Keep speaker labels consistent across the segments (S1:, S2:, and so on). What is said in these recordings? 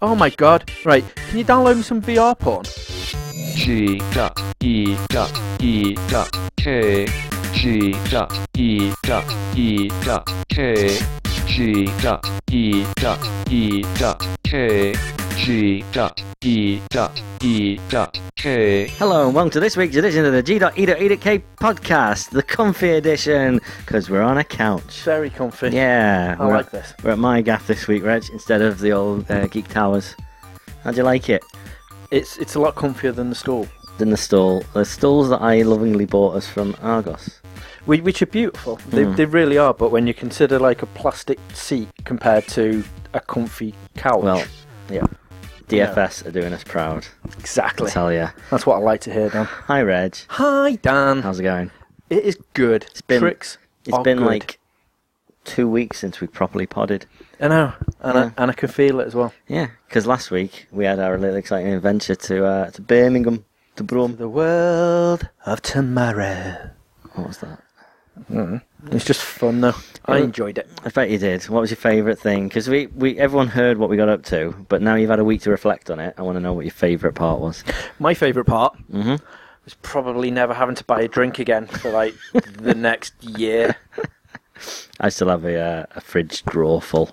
S1: Oh my god. Right, can you download me some VR porn?
S2: G dot E dot E dot K G dot E dot E dot K G dot E dot E dot K G dot E dot E dot K
S3: Hello and welcome to this week's edition of the G.E.E.K podcast, the comfy edition, because we're on a couch.
S1: Very comfy.
S3: Yeah,
S1: I
S3: we're,
S1: like
S3: at,
S1: this.
S3: we're at my gaff this week, Reg, instead of the old uh, Geek Towers. How'd you like it?
S1: It's it's a lot comfier than the stall,
S3: Than the stall, the stalls that I lovingly bought us from Argos.
S1: Whi- which are beautiful. They, they really are. But when you consider like a plastic seat compared to a comfy couch,
S3: Well, yeah, DFS are doing us proud. I
S1: exactly.
S3: tell ya.
S1: That's what I like to hear, Dan.
S3: Hi, Reg.
S1: Hi, Dan.
S3: How's it going?
S1: It is good. It's
S3: been-
S1: Tricks.
S3: It's
S1: are
S3: been
S1: Oh, good.
S3: like two weeks since we properly podded.
S1: I know, and
S3: Yeah.
S1: I, and I can feel it as well.
S3: Yeah, because last week we had our little exciting adventure to uh, to Birmingham, to Brum.
S1: The world of tomorrow.
S3: What was that?
S1: Mm-hmm. It's just fun though. I
S3: Yeah.
S1: enjoyed it.
S3: I bet you did. What was your favourite thing? Because we, we everyone heard what we got up to, but now you've had a week to reflect on it. I want to know what your favourite part was.
S1: My favourite part
S3: hmm
S1: was probably never having to buy a drink again for like the next year.
S3: I still have a, uh, a fridge drawer full.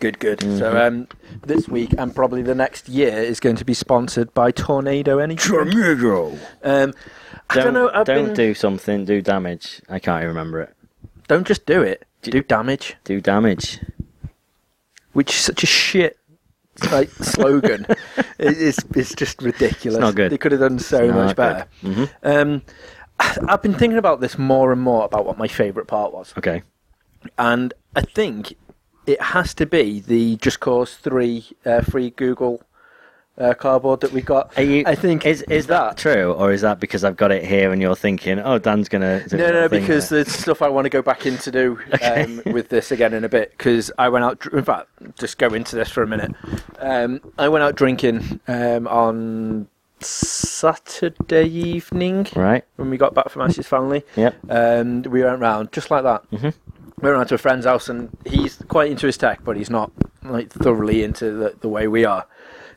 S1: Good, good.
S3: Mm-hmm.
S1: So um, this week and probably the next year is going to be sponsored by Tornado Energy.
S3: Tornado.
S1: Um, I
S3: Don't
S1: don't, know. I've
S3: don't
S1: been-
S3: do something. Do damage. I can't even remember it.
S1: don't just do it. Do damage,
S3: Do damage.
S1: which is such a shit like slogan. It- it's it's just ridiculous.
S3: not good.
S1: They could have done so
S3: not
S1: much
S3: good. Mm-hmm.
S1: better. Um, I- I've been thinking about this more and more about what my favourite part was.
S3: Okay.
S1: and I think it has to be the Just Cause Three uh, free Google uh, cardboard that we got.
S3: Are you-
S1: I think
S3: Is is that true, or is that because I've got it here and you're thinking, oh, Dan's gonna? do
S1: No,
S3: that
S1: no,
S3: thing
S1: because
S3: there."
S1: there's stuff I want to go back in to do um, with this again in a bit. Because I went out, dr- in fact, just go into this for a minute. Um, I went out drinking um, on Saturday evening
S3: right.
S1: when we got back from Ash's family.
S3: Yep.
S1: Um, we went round just like that. Mm-hmm. We went round to a friend's house, and he's quite into his tech, but he's not like thoroughly into the, the way we are.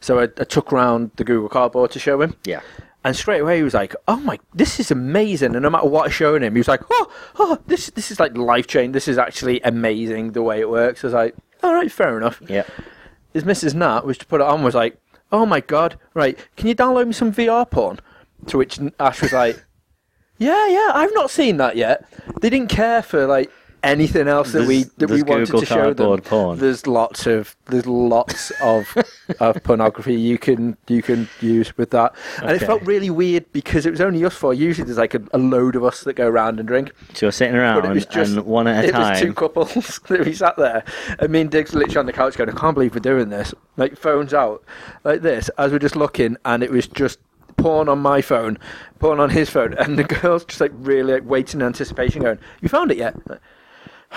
S1: So I, I took round the Google Cardboard to show him,
S3: Yeah.
S1: and straight away he was like, "Oh my, this is amazing!" And no matter what I showed him, he was like, "Oh, oh, this this is like life changing. This is actually amazing the way it works." I was like, "All right, fair enough."
S3: Yep.
S1: His Mrs. Nat was to put it on was like, "Oh my god, right? Can you download me some VR porn?" To which Ash was like, "Yeah, yeah, I've not seen that yet. They didn't care for like anything else that we
S3: There's-
S1: that we
S3: there's
S1: wanted
S3: Google
S1: to show them.
S3: Cardboard porn.
S1: There's lots of there's lots of of pornography you can you can use with that, and it
S3: Okay.
S1: felt really weird because it was only us four. Usually there's like a, a load of us that go around and drink.
S3: So you're sitting around
S1: But it was just
S3: and one at a
S1: it
S3: time.
S1: was two couples that we sat there, and me and Diggs were literally on the couch going, "I can't believe we're doing this." Like phones out, like this, as we're just looking, and it was just porn on my phone, porn on his phone, and the girls just like really like waiting in anticipation, going, "You found it yet?" Like,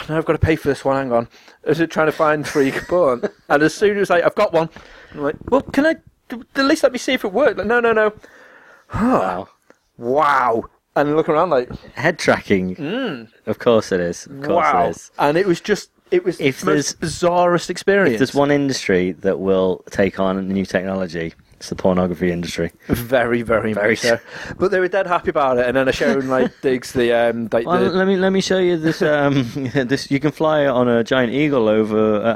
S1: no, I've got to pay for this one. Hang on, as we're trying to find free porn, and as soon as like I've got one, I'm like, "Well, can I?" At least let me see if it worked. Like, no, no, no.
S3: Wow.
S1: Wow. And looking around like,
S3: Head tracking. Of course it is. Of course
S1: Mm. wow.
S3: it is.
S1: And it was just, it was
S3: If
S1: the most bizarrest experience.
S3: If there's one industry that will take on new technology, it's the pornography industry.
S1: Very, very, very
S3: Very
S1: so. But they were dead happy about it. And then I showed like Diggs the, um, like
S3: Well,
S1: the,
S3: let me let me show you this. Um, this you can fly on a giant eagle over uh,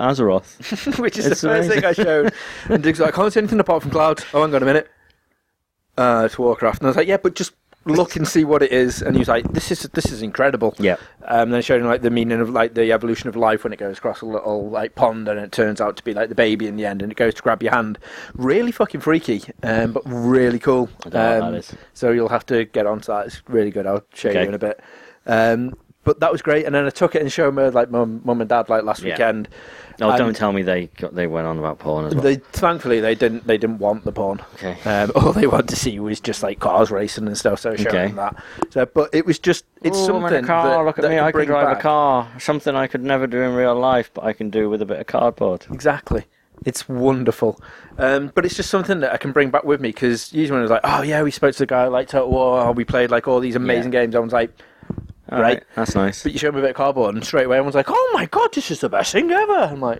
S3: Azeroth.
S1: which is the
S3: it's
S1: first thing I showed. And Diggs was like, I can't see anything apart from clouds. Oh, hang on a minute. Uh, it's Warcraft. And I was like, yeah, but just look and see what it is. And he was like, this is, this is incredible.
S3: yeah.
S1: Um, then showing like the meaning of like the evolution of life when it goes across a little like pond and it turns out to be like the baby in the end and it goes to grab your hand. Really fucking freaky, um, but really cool.
S3: I don't know what
S1: Um,
S3: that is.
S1: So you'll have to get onto that. It's really good. I'll show
S3: Okay.
S1: you in a bit. Um, but that was great. And then I took it and showed my like mum, mum and dad like last
S3: Yeah.
S1: weekend.
S3: No,
S1: And
S3: Oh, don't tell me they got they went on about porn as well.
S1: They thankfully they didn't they didn't want the porn.
S3: okay.
S1: Um, all they wanted to see was just like cars racing and stuff. So I showed
S3: Okay.
S1: them that. So, but it was just it's
S3: Oh,
S1: something. that- that could bring back-
S3: car. Something I could never do in real life, but I can do with a bit of cardboard.
S1: Exactly. It's wonderful. Um, but it's just something that I can bring back with me because usually when I was like, oh, yeah, we spoke to the guy like Total War, we played like all these amazing games, I was like,
S3: All right.
S1: Right.
S3: That's nice.
S1: but you showed me a bit of cardboard, and straight away everyone's like, oh my god, this is the best thing ever. I'm like,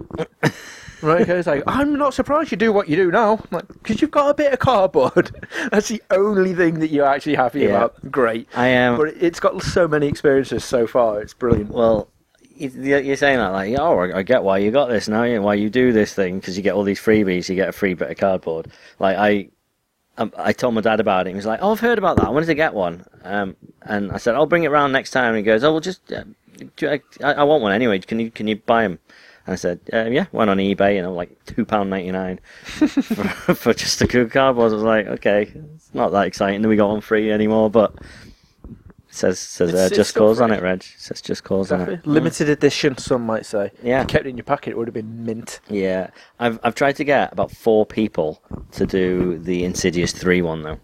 S1: Right, okay, it's like, I'm not surprised you do what you do now. I'm like, because you've got a bit of cardboard. That's the only thing that you're actually happy
S3: Yeah.
S1: about. Great.
S3: I am.
S1: But it's got so many experiences so far. It's brilliant.
S3: Well, you- you're saying that like, oh, I I get why you got this now, yeah, why you do this thing because you get all these freebies, you get a free bit of cardboard. Like I, um, I told my dad about it. He was like, oh, I've heard about that. I wanted to get one. Um, and I said, I'll bring it round next time. And he goes, oh, well, just uh, do, I, I I want one anyway. Can you can you buy them? And I said, uh, yeah, went on eBay and I'm like two pound ninety nine for, for just a good cardboard. I was like, okay, it's not that exciting that we got one free anymore, but. Says says
S1: It's-
S3: uh,
S1: it's
S3: just
S1: still
S3: cause on
S1: free.
S3: it, Reg. Says just cause on it.
S1: Limited edition, some might say.
S3: Mm. Yeah.
S1: If you kept it in your pocket, it would have been mint.
S3: Yeah, I've I've tried to get about four people to do the Insidious three one though,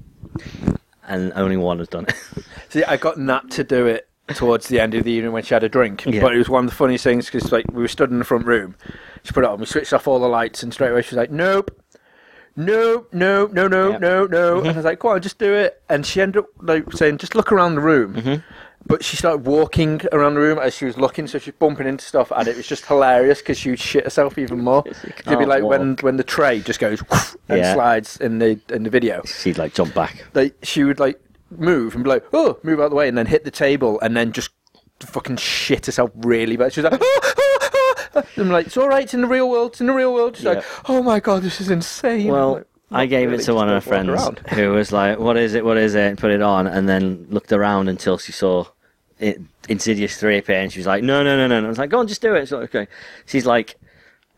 S3: and only one has done it.
S1: See, I got Nat to do it towards the end of the evening when she had a drink.
S3: Yeah.
S1: But it was one of the funniest things because like we were stood in the front room. She put it on. We switched off all the lights, and straight away she was like, "Nope." No, no, no, no,
S3: Yep. Mm-hmm.
S1: no, no. And I was like, "Go on, just do it." And she ended up like saying, "Just look around the room."
S3: Mm-hmm.
S1: But she started walking around the room as she was looking, so she's bumping into stuff, and it was just hilarious because she'd shit herself even more.
S3: Because you
S1: It'd be
S3: can't
S1: like when
S3: walk.
S1: when the tray just goes and
S3: Yeah.
S1: slides in the in the video
S3: She'd like jump back.
S1: like she would like move and be like, oh, move out of the way, and then hit the table, and then just fucking shit herself really bad. She was like, "Ah, ah, ah." I'm like, it's all right, it's in the real world, it's in the real world. She's
S3: Yeah.
S1: like, oh my god, this is insane.
S3: Well,
S1: Like,
S3: I
S1: not
S3: gave
S1: really,
S3: it to
S1: just
S3: one of her
S1: don't walk
S3: friends
S1: around.
S3: who was like, "What is it? What is it?" and put it on, and then looked around until she saw it, Insidious three appear, and she was like, "No, no, no, no!" And I was like, "Go on, just do it." She's like, "Okay." She's like,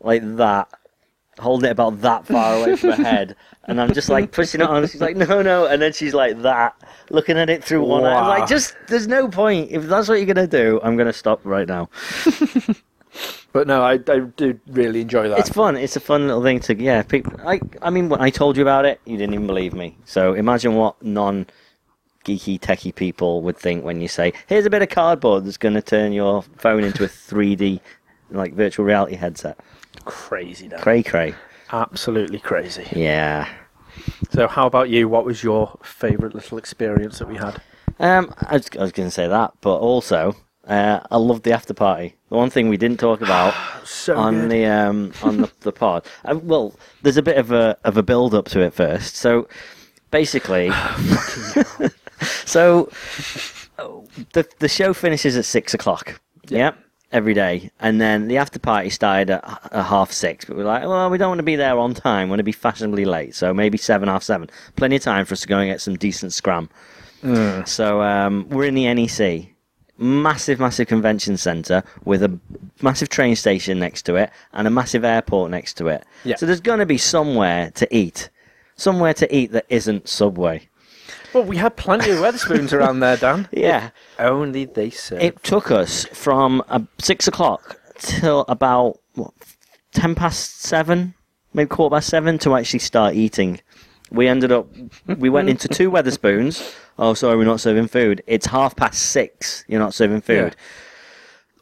S3: like that, holding it about that far away from her head, and I'm just like pushing it on. She's like, "No, no," and then she's like that, looking at it through one eye. I was
S1: Wow.
S3: like, "Just, there's no point. If that's what you're gonna do, I'm gonna stop right now."
S1: But no, I, I do really enjoy that.
S3: It's fun. It's a fun little thing to yeah. Pick, I I mean, when I told you about it, you didn't even believe me. So imagine what non geeky techie people would think when you say, "Here's a bit of cardboard that's going to turn your phone into a 3D like virtual reality headset."
S1: crazy, Dan.
S3: Cray cray.
S1: Absolutely crazy.
S3: Yeah.
S1: So, how about you? What was your favourite little experience that we had?
S3: Um, I was, I was going to say that, but also. Uh, I loved the after party. The one thing we didn't talk about
S1: So
S3: on
S1: good.
S3: the um, on the, the pod. Uh, well, there's a bit of a of a build up to it first. So basically,
S1: Oh,
S3: so oh, the the show finishes at six o'clock. Yeah. Every day, and then the after party started at, h- at half six. But we're like, well, we don't want to be there on time. We want to be fashionably late, so maybe seven, half seven. Plenty of time for us to go and get some decent scram.
S1: Mm.
S3: So um, we're in the NEC, massive, massive convention centre with a massive train station next to it and a massive airport next to it.
S1: Yeah.
S3: So there's going to be somewhere to eat, somewhere to eat that isn't Subway.
S1: well, we had plenty of Weatherspoons around there, Dan.
S3: Yeah.
S1: Only they serve.
S3: It took us from uh, six o'clock till about what, ten past seven, maybe quarter past seven, to actually start eating. We ended up, we went into two Weatherspoons. Oh, sorry, we're not serving food. It's half past six. You're not serving food.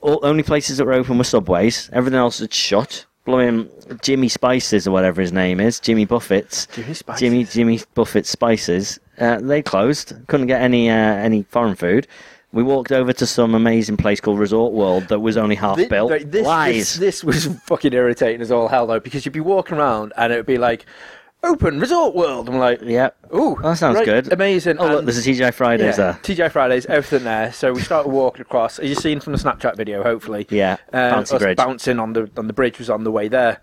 S3: all, only places that were open were Subways. Everything else had shut. Blowing Jimmy Spices or whatever his name is, Jimmy Buffett's.
S1: Jimmy Spices.
S3: Jimmy Jimmy Buffett's Spices. Uh, they closed. Couldn't get any uh, any foreign food. We walked over to some amazing place called Resort World that was only half
S1: Thi-
S3: built.
S1: like, this,
S3: Lies.
S1: This, this was fucking irritating as all hell though, because you'd be walking around and it would be like, "Open Resort World." I'm like,
S3: yeah.
S1: "Ooh,
S3: that sounds
S1: right,
S3: good.
S1: amazing."
S3: Oh look,
S1: And-
S3: there's a TGI Fridays
S1: yeah,
S3: there.
S1: TJ Fridays, everything there. So we started walking across. As you've seen from the Snapchat video, hopefully,
S3: Yeah,
S1: uh,
S3: bouncy
S1: us
S3: bridge.
S1: bouncing on the on the bridge was on the way there.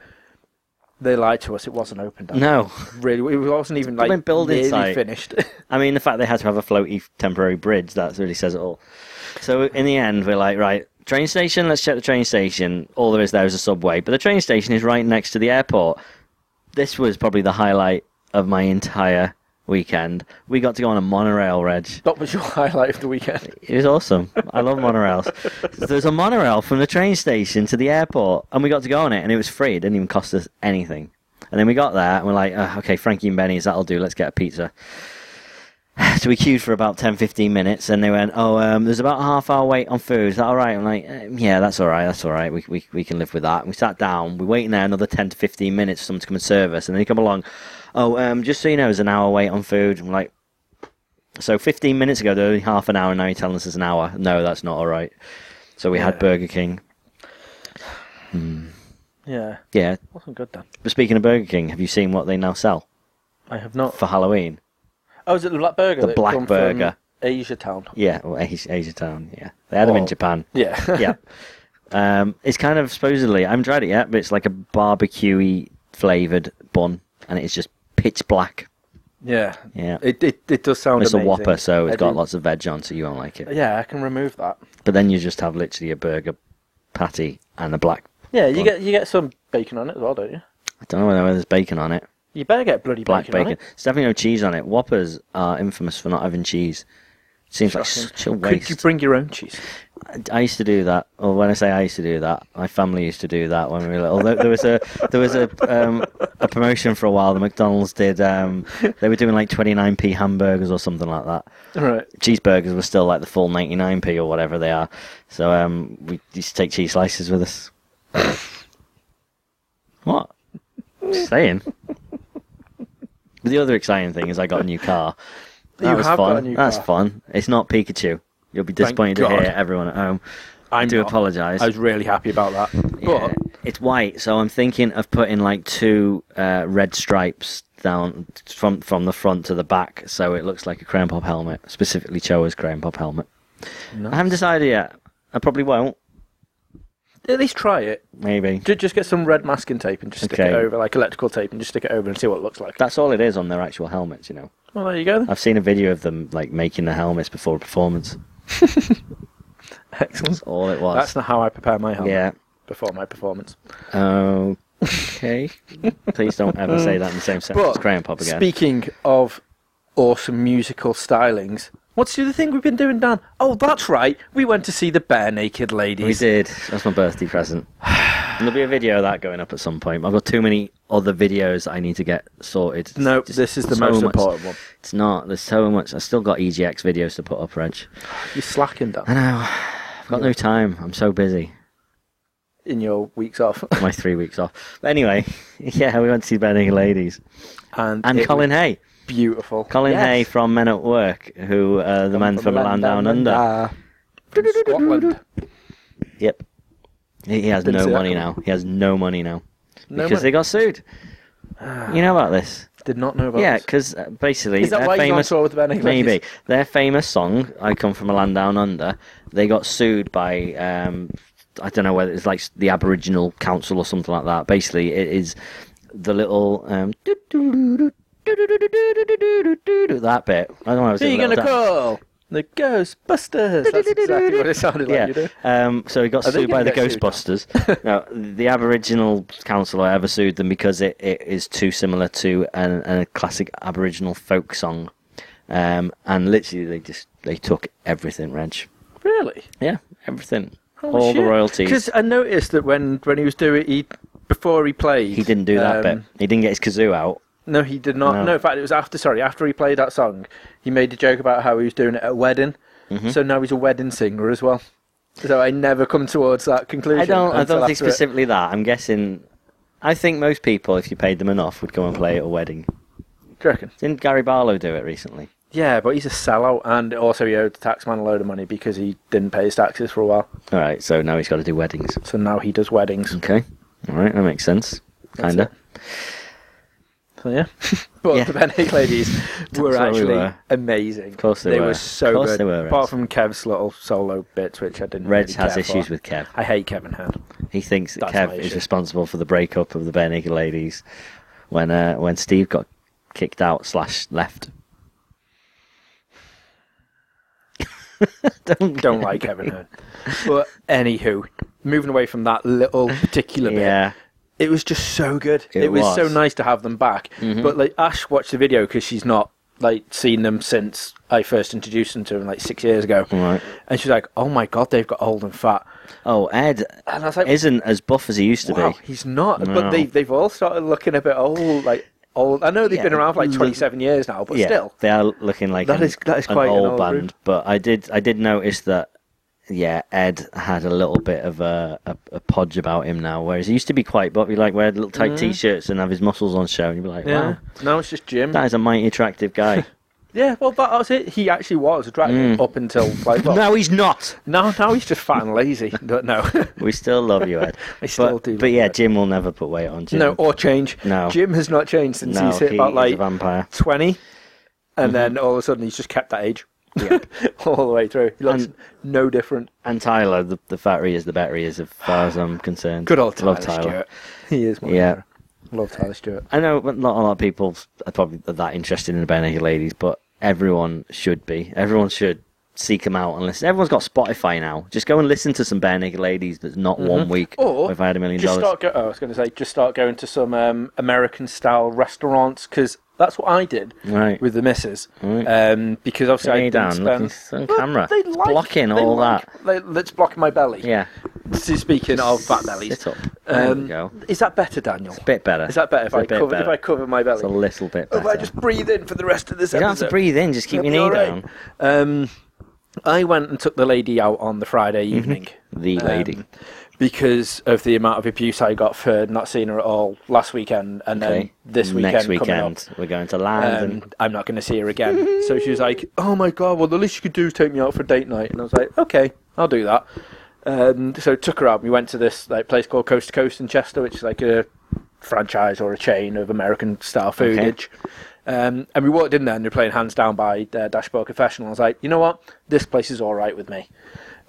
S1: They lied to us. It wasn't open. Dan.
S3: No,
S1: really, it wasn't even
S3: Blooming
S1: like
S3: building
S1: nearly
S3: site.
S1: finished.
S3: I mean, the fact they had to have a floaty temporary bridge, that really says it all. So in the end, we're like, right, train station, let's check the train station. All there is there is a subway, but the train station is right next to the airport. This was probably the highlight of my entire weekend. We got to go on a monorail, Reg.
S1: that was your highlight of the weekend.
S3: It was awesome. I love monorails. There's a monorail from the train station to the airport, and we got to go on it, and it was free. It didn't even cost us anything. And then we got there, and we're like, "Ugh, okay, Frankie and Benny's, that'll do. Let's get a pizza. So we queued for about 10, 15 minutes, and they went, oh, um, there's about a half hour wait on food. Is that all right? I'm like, um, yeah, that's all right. That's all right. We, we, we can live with that. And we sat down. We're waiting there another 10 to 15 minutes for someone to come and serve us. And then they come along, oh, um, just so you know, there's an hour wait on food. I'm like, so 15 minutes ago, they were only half an hour, and now you're telling us it's an hour. No, that's not all right. So we had
S1: Yeah.
S3: Burger King.
S1: Yeah.
S3: Yeah.
S1: Wasn't good then.
S3: But speaking of Burger King, have you seen what they now sell
S1: I have not.
S3: for Halloween?
S1: Oh, is it the black burger?
S3: The
S1: that
S3: black
S1: come
S3: burger.
S1: From Asia Town.
S3: Yeah, or Asia, Asia Town. Yeah, they had them in
S1: Or-
S3: Japan.
S1: Yeah.
S3: yeah. Um, it's kind of supposedly I haven't tried it yet, but it's like a barbecue flavored bun, and it's just pitch black.
S1: yeah.
S3: Yeah,
S1: It, it it does sound.
S3: it's
S1: amazing.
S3: a whopper, so it's
S1: Every-
S3: got lots of veg on, so you won't like it.
S1: Yeah, I can remove that.
S3: But then you just have literally a burger patty and a black.
S1: Yeah, you
S3: Bun.
S1: get you get some bacon on it as well, don't you?
S3: I don't know whether there's bacon on it.
S1: You better get bloody
S3: Black
S1: bacon. on
S3: bacon.
S1: it.
S3: There's definitely no cheese on it. Whoppers are infamous for not having cheese. Seems like
S1: Shocking.
S3: such a
S1: Could
S3: waste.
S1: you bring your own cheese?
S3: I used to do that, or when I say I used to do that, my family used to do that when we were little. There, there was a there was a um, a promotion for a while. The McDonald's did um, they were doing like twenty nine p hamburgers or something like that.
S1: Right.
S3: Cheeseburgers were still like the full ninety nine p or whatever they are. So um, we used to take cheese slices with us. what? Just saying. But the other exciting thing is I got a new car. That
S1: You
S3: was
S1: have got
S3: fun.
S1: a new
S3: That's
S1: car.
S3: fun. It's not Pikachu. You'll be
S1: Thank
S3: disappointed to
S1: God.
S3: hear everyone at home.
S1: I'm
S3: do
S1: not.
S3: apologise.
S1: I was really happy about that.
S3: Yeah,
S1: But
S3: it's white, so I'm thinking of putting like two uh, red stripes down from from the front to the back, so it looks like a crane pop helmet, specifically Choa's crane pop helmet. I haven't decided yet. I probably won't.
S1: at least try it.
S3: Maybe
S1: Ju- Just get some red masking tape and just stick
S3: Okay.
S1: it over, like electrical tape, and just stick it over and see what it looks like.
S3: that's all it is on their actual helmets. You know,
S1: well, there you go. Then.
S3: I've seen a video of them like making the helmets before a performance.
S1: Excellent.
S3: That's all it was.
S1: That's not how I prepare my helmet
S3: yeah.
S1: before my performance.
S3: Okay. Please don't ever say that in the same sentence as
S1: But
S3: Crayon Pop again.
S1: Speaking of awesome musical stylings, what's the other thing we've been doing, Dan? Oh, that's right. We went to see the Bare Naked
S3: We
S1: Ladies.
S3: did. That's my birthday present. And there'll be a video of that going up at some point. I've got too many other videos that I need to get sorted. It's
S1: No,
S3: just
S1: this is the
S3: so
S1: most
S3: much-
S1: important one.
S3: It's not. There's so much. I still got EGX videos to put up, Reg.
S1: You're slacking,
S3: I
S1: Dan,
S3: know. I've got no time. I'm so busy.
S1: in your weeks off.
S3: My three weeks off. But anyway, yeah, we went to see Benning Ladies
S1: And,
S3: and
S1: it
S3: Colin
S1: was
S3: Hay.
S1: Beautiful.
S3: Colin
S1: Yes.
S3: Hay from Men at Work, who uh, the man from the Land Down Under.
S1: From Scotland.
S3: Yep. He he has
S1: Didn't
S3: no
S1: see that
S3: money
S1: coming.
S3: now. He has no money now
S1: No
S3: because they
S1: money.
S3: got sued. You know about this?
S1: Did not know about
S3: Yeah,
S1: this.
S3: because uh, basically,
S1: Is that
S3: their
S1: why he's on
S3: famous
S1: tour with the Benny Ladies?
S3: maybe their famous song "I Come From a Land Down Under." They got sued by um, I don't know whether it's like the Aboriginal Council or something like that. Basically, it is the little um, that bit. I don't know.
S1: Who are you gonna call? The Ghostbusters. That's exactly what it sounded like
S3: yeah.
S1: you did.
S3: Um, so he got
S1: Are they
S3: sued by the
S1: gonna get sued now?
S3: Ghostbusters. no, the Aboriginal Council I ever sued them because it, it is too similar to an, a classic Aboriginal folk song, um, and literally they just they took everything, Reg.
S1: Really?
S3: Yeah, everything, all the royalties.
S1: Because I noticed that when, when he was doing he before he played,
S3: He didn't do that
S1: um,
S3: bit. He didn't get his kazoo out.
S1: No, he did not.
S3: No.
S1: No. in fact, it was after. Sorry, after he played that song, he made a joke about how he was doing it at a wedding.
S3: Mm-hmm.
S1: So now he's a wedding singer as well. So I never come towards that conclusion.
S3: I don't. I
S1: until
S3: don't think
S1: after it.
S3: specifically that. I'm guessing. I think most people, if you paid them enough, would go and play at a wedding.
S1: Do you reckon?
S3: Didn't Gary Barlow do it recently?
S1: Yeah, but he's a sellout, and also he owed the tax man a load of money because he didn't pay his taxes for a while.
S3: All right, so now he's got to do weddings.
S1: So now he does weddings.
S3: Okay. All right, that makes sense.
S1: That's
S3: Kinda.
S1: So yeah, but
S3: Yeah.
S1: the Ben Hick ladies were
S3: what we
S1: actually
S3: were.
S1: amazing. Of
S3: course they
S1: they
S3: were.
S1: were so
S3: Of course
S1: good.
S3: they were,
S1: Apart
S3: Reds.
S1: from Kev's little solo bits, which I didn't.
S3: Reds
S1: really
S3: has
S1: care
S3: issues
S1: for.
S3: with Kev.
S1: I hate Kevin Hand.
S3: He thinks that
S1: That's my
S3: Kev is
S1: issue.
S3: responsible for the breakup of the Bare Naked Ladies when uh, when Steve got kicked out slash left. Don't
S1: Don't like Kevin Hand. But anywho, moving away from that little particular bit,
S3: Yeah.
S1: it was just so good.
S3: It
S1: It, was, so
S3: was. Mm-hmm.
S1: nice to have them back. But like Ash watched the video because she's not like seen them since I first introduced them to him like six years ago.
S3: Right.
S1: And she's like, "Oh my god, they've got old and fat."
S3: Oh, Ed
S1: And I was like,
S3: isn't as buff as he used to
S1: Wow,
S3: be.
S1: he's not.
S3: No.
S1: But they they've all started looking a bit old, like old. I know they've
S3: Yeah,
S1: been around for like
S3: look-
S1: twenty seven years now, but
S3: yeah,
S1: still,
S3: they are looking like
S1: That
S3: an,
S1: is- that is
S3: an
S1: quite an
S3: old,
S1: old
S3: band.
S1: group.
S3: But I did I did notice that yeah, Ed had a little bit of a, a, a podge about him now, whereas he used to be quite buffy, like wear little tight t-shirts and have his muscles on show, and you'd be like,
S1: yeah.
S3: wow,
S1: Now it's just Jim.
S3: that is a mighty attractive guy.
S1: Yeah, well, that was it. He actually was a dragon up until like. Well,
S3: Mm. no, he's not.
S1: now, now he's just fat and lazy. Don't know.
S3: We still love you, Ed.
S1: I still
S3: but,
S1: do
S3: But
S1: love you,
S3: yeah,
S1: Ed.
S3: Jim will never put weight on Jim.
S1: no, or change.
S3: No.
S1: Jim has not changed since
S3: No,
S1: he's hit
S3: he
S1: about
S3: is a
S1: like
S3: vampire. Mm-hmm.
S1: twenty, and then all of a sudden he's just kept that age. all the way through. He looks
S3: And-
S1: no different.
S3: And Tyler, the, the fatter he is, the better he is, as far as I'm concerned.
S1: Good old Tyler,
S3: Love Tyler.
S1: Stewart. He is. My
S3: Yeah.
S1: hero. Love Tyler Stewart.
S3: I know but not a lot of people are probably that interested in the bare naked ladies, but everyone should be. Everyone should seek them out and listen. Everyone's got Spotify now. Just go and listen to some bare naked ladies. That's not one week.
S1: Mm-hmm. Or
S3: if I had a million
S1: just
S3: dollars,
S1: start. Go- oh, I was going to say, just start going to some um, American style restaurants because that's what I did
S3: Right.
S1: with the missus.
S3: Right.
S1: Um, because obviously I
S3: Lay
S1: didn't
S3: down, looking
S1: spend.
S3: on
S1: Well,
S3: camera,
S1: they like-
S3: blocking
S1: they
S3: all
S1: like- They, that's blocking my belly.
S3: yeah,
S1: S- Speaking of fat bellies,
S3: sit up. There we
S1: um,
S3: go.
S1: is that better, Daniel?
S3: Bit better.
S1: Is that better if
S3: a
S1: I
S3: bit
S1: cover if
S3: better.
S1: I cover my
S3: It's a
S1: belly?
S3: little bit
S1: Or
S3: better.
S1: if I just breathe in for the rest of this
S3: you don't have
S1: episode?
S3: to breathe in. Just keep your knee
S1: That'd be all right.
S3: down.
S1: Um, I went and took the lady out on the Friday evening.
S3: Mhm. The
S1: um,
S3: lady.
S1: because of the amount of abuse I got for not seeing her at all last weekend, and
S3: Okay.
S1: then this weekend
S3: Next
S1: coming up,
S3: weekend, we're going to land.
S1: um, I'm not going to see her again. so she was like, "Oh my god! Well, the least you could do is take me out for date night." And I was like, "Okay, I'll do that." Um, so took her out. We went to this like place called Coast to Coast in Chester, which is like a franchise or a chain of American style foodage. Um, and we walked in there and they're playing Hands Down by uh, Dashboard Confessional. I was like, you know what? This place is all right with me.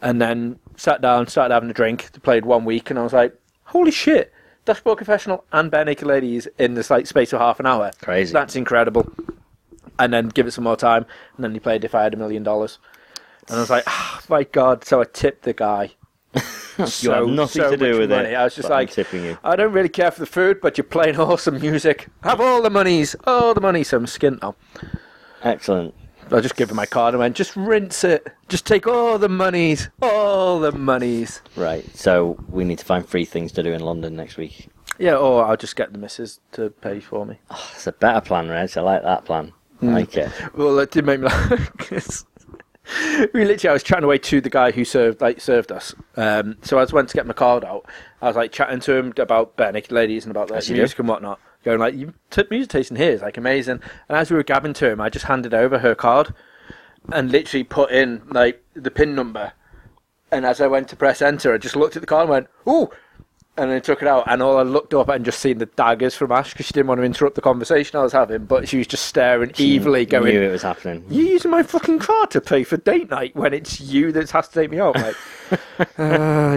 S1: And then sat down, started having a drink. They played one week and I was like, holy shit. Dashboard Confessional and Bare Naked Ladies in this like space of half an hour.
S3: Crazy.
S1: That's incredible. And then give it some more time. And then he played If I Had a Million Dollars. And I was like, oh my God. So I tipped the guy.
S3: You have nothing to do
S1: much
S3: with
S1: money.
S3: it,
S1: I was just
S3: but I'm
S1: like,
S3: tipping you.
S1: I don't really care for the food, but you're playing awesome music. Have all the monies, all the money. So I'm skint now.
S3: and excellent.
S1: I just give him my card and went, just rinse it. Just take all the monies, all the monies.
S3: Right. So we need to find three things to do in London next week.
S1: Yeah, or I'll just get the missus to pay for me.
S3: It's a better plan, Reg. I like that plan.
S1: Hmm.
S3: I like it.
S1: Well, that did make me laugh 'cause we literally, I was chatting away to the guy who served like served us. Um, so I just went to get my card out. I was like chatting to him about bare naked ladies and about like,
S3: you do.
S1: music and whatnot. Going like, you took music tasting here is like amazing. And as we were gabbing to him, I just handed over her card and literally put in like the pin number. And as I went to press enter, I just looked at the card and went, "Ooh." And then took it out, and all I looked up and just seen the daggers from Ash because she didn't want to interrupt the conversation I was having, but she was just staring evilly, going,
S3: Knew it was happening.
S1: you using my fucking card to pay for date night when it's you that has to take me out, mate. uh,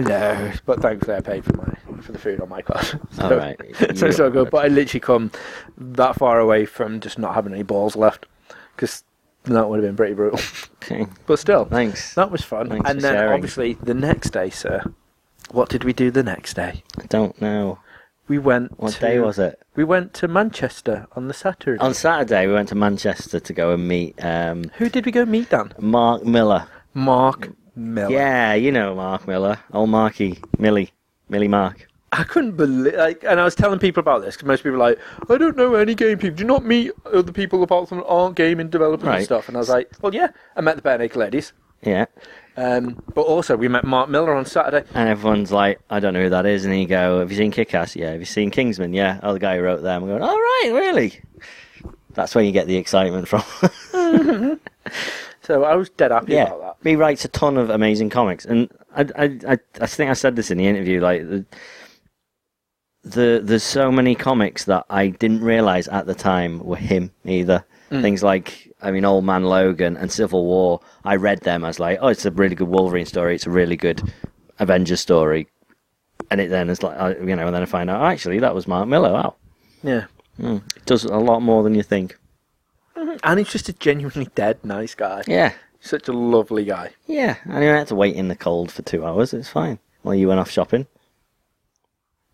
S1: no, but thankfully I paid for my for the food on my card. So,
S3: All right.
S1: so
S3: You
S1: it's all
S3: are-
S1: good. But I literally come that far away from just not having any balls left because that would have been pretty brutal.
S3: Okay.
S1: but still,
S3: Thanks.
S1: that was fun.
S3: Thanks
S1: and
S3: for
S1: then
S3: sharing.
S1: obviously the next day, sir, what did we do the next day?
S3: I don't know.
S1: We went.
S3: What
S1: to,
S3: day was it?
S1: We went to Manchester on the Saturday.
S3: On Saturday, we went to Manchester to go and meet um,
S1: Who did we go meet, Dan?
S3: Mark Miller.
S1: Mark Miller.
S3: Yeah, you know Mark Miller. Old Marky. Millie. Millie Mark.
S1: I couldn't believe, like, and I was telling people about this because most people are like, I don't know any game people. Do you not meet other people apart from aren't gaming developers
S3: Right.
S1: and stuff? And I was like, well, yeah, I met the Bare Naked Ladies,
S3: Yeah.
S1: um, but also we met Mark Miller on Saturday.
S3: And everyone's like, I don't know who that is. And then you go, Have you seen Kick Ass? Yeah. Have you seen Kingsman? Yeah. Oh, the guy who wrote them. I'm going, All right, really? That's where you get the excitement from.
S1: So I was dead happy
S3: yeah,
S1: about
S3: he writes a ton of amazing comics, and I, I, I, I think I said this in the interview. Like the, the there's so many comics that I didn't realize at the time were him either. Things like I mean, Old Man Logan and Civil War. I read them as like, oh, it's a really good Wolverine story. It's a really good Avengers story. And it then is like I- you know, and then I find out oh, actually that was Mark Miller. Wow,
S1: that. Yeah.
S3: it does a lot more than you think.
S1: And he's just a genuinely dead nice guy.
S3: Yeah,
S1: Such a lovely guy.
S3: yeah. I mean, I had to wait in the cold for two hours. It's fine. While you went off shopping.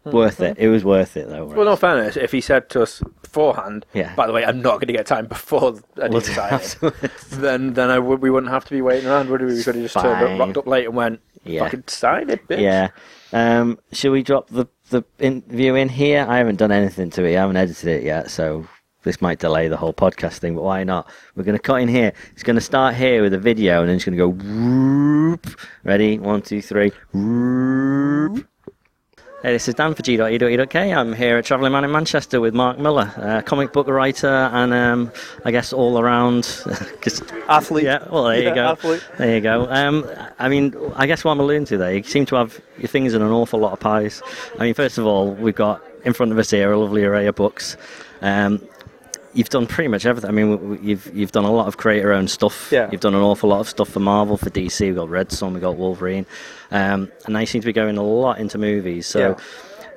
S3: Worth it. It was worth it though. Right?
S1: Well, in all fairness, if he said to us beforehand,
S3: Yeah.
S1: by the way, I'm not going to get time before I do
S3: We'll do it
S1: society, then then I would, we wouldn't have to be waiting around, would we? We could have just turned
S3: fine.
S1: up, rocked up late and went,
S3: Yeah.
S1: fucking sign it, bitch.
S3: yeah. Um, shall we drop the the interview in here? I haven't done anything to it. I haven't edited it yet, so this might delay the whole podcast thing. But why not? We're going to cut in here. It's going to start here with a video, and then it's going to go. Whoop. Ready? One, two, three. Whoop. Hey, this is Dan for E G.E.E.K. I'm here at Travelling Man in Manchester with Mark Miller, uh, comic book writer and um, I guess all around. 'cause-
S1: Athlete.
S3: Yeah, well, there
S1: Yeah,
S3: you go.
S1: athlete.
S3: There you go. Um, I mean, I guess what I'm alluding to there, you seem to have your fingers in an awful lot of pies. I mean, first of all, we've got in front of us here a lovely array of books. Um, you've done pretty much everything. I mean, w- w- you've you've done a lot of creator-owned stuff.
S1: Yeah.
S3: You've done an awful lot of stuff for Marvel, for DC. We've got Red Son, we've got Wolverine, um, and now you seem to be going a lot into movies. So.
S1: Yeah.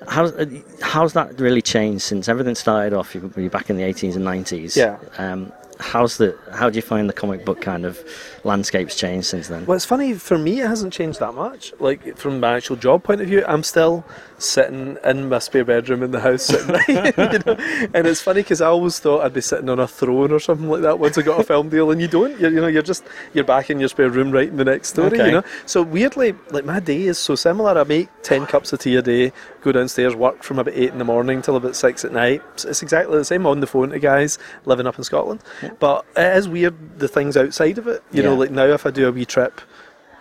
S3: How's, uh, how's that really changed since everything started off? You were back in the 18s and 90s.
S1: Yeah.
S3: Um, how's the how do you find the comic book kind of landscapes changed since then?
S4: Well, it's funny for me. It hasn't changed that much. Like from my actual job point of view, I'm still sitting in my spare bedroom in the house, sitting, you know? and it's funny because I always thought I'd be sitting on a throne or something like that once I got a film deal, and you don't. You're, you know, you're just you're back in your spare room writing the next story.
S3: Okay.
S4: You know, so weirdly, like my day is so similar. I make ten cups of tea a day, go downstairs, work from about eight in the morning till about six at night. So It's exactly the same. I'm on the phone to guys living up in Scotland, but it is weird the things outside of it. You know,
S3: Yeah.
S4: like now if I do a wee trip,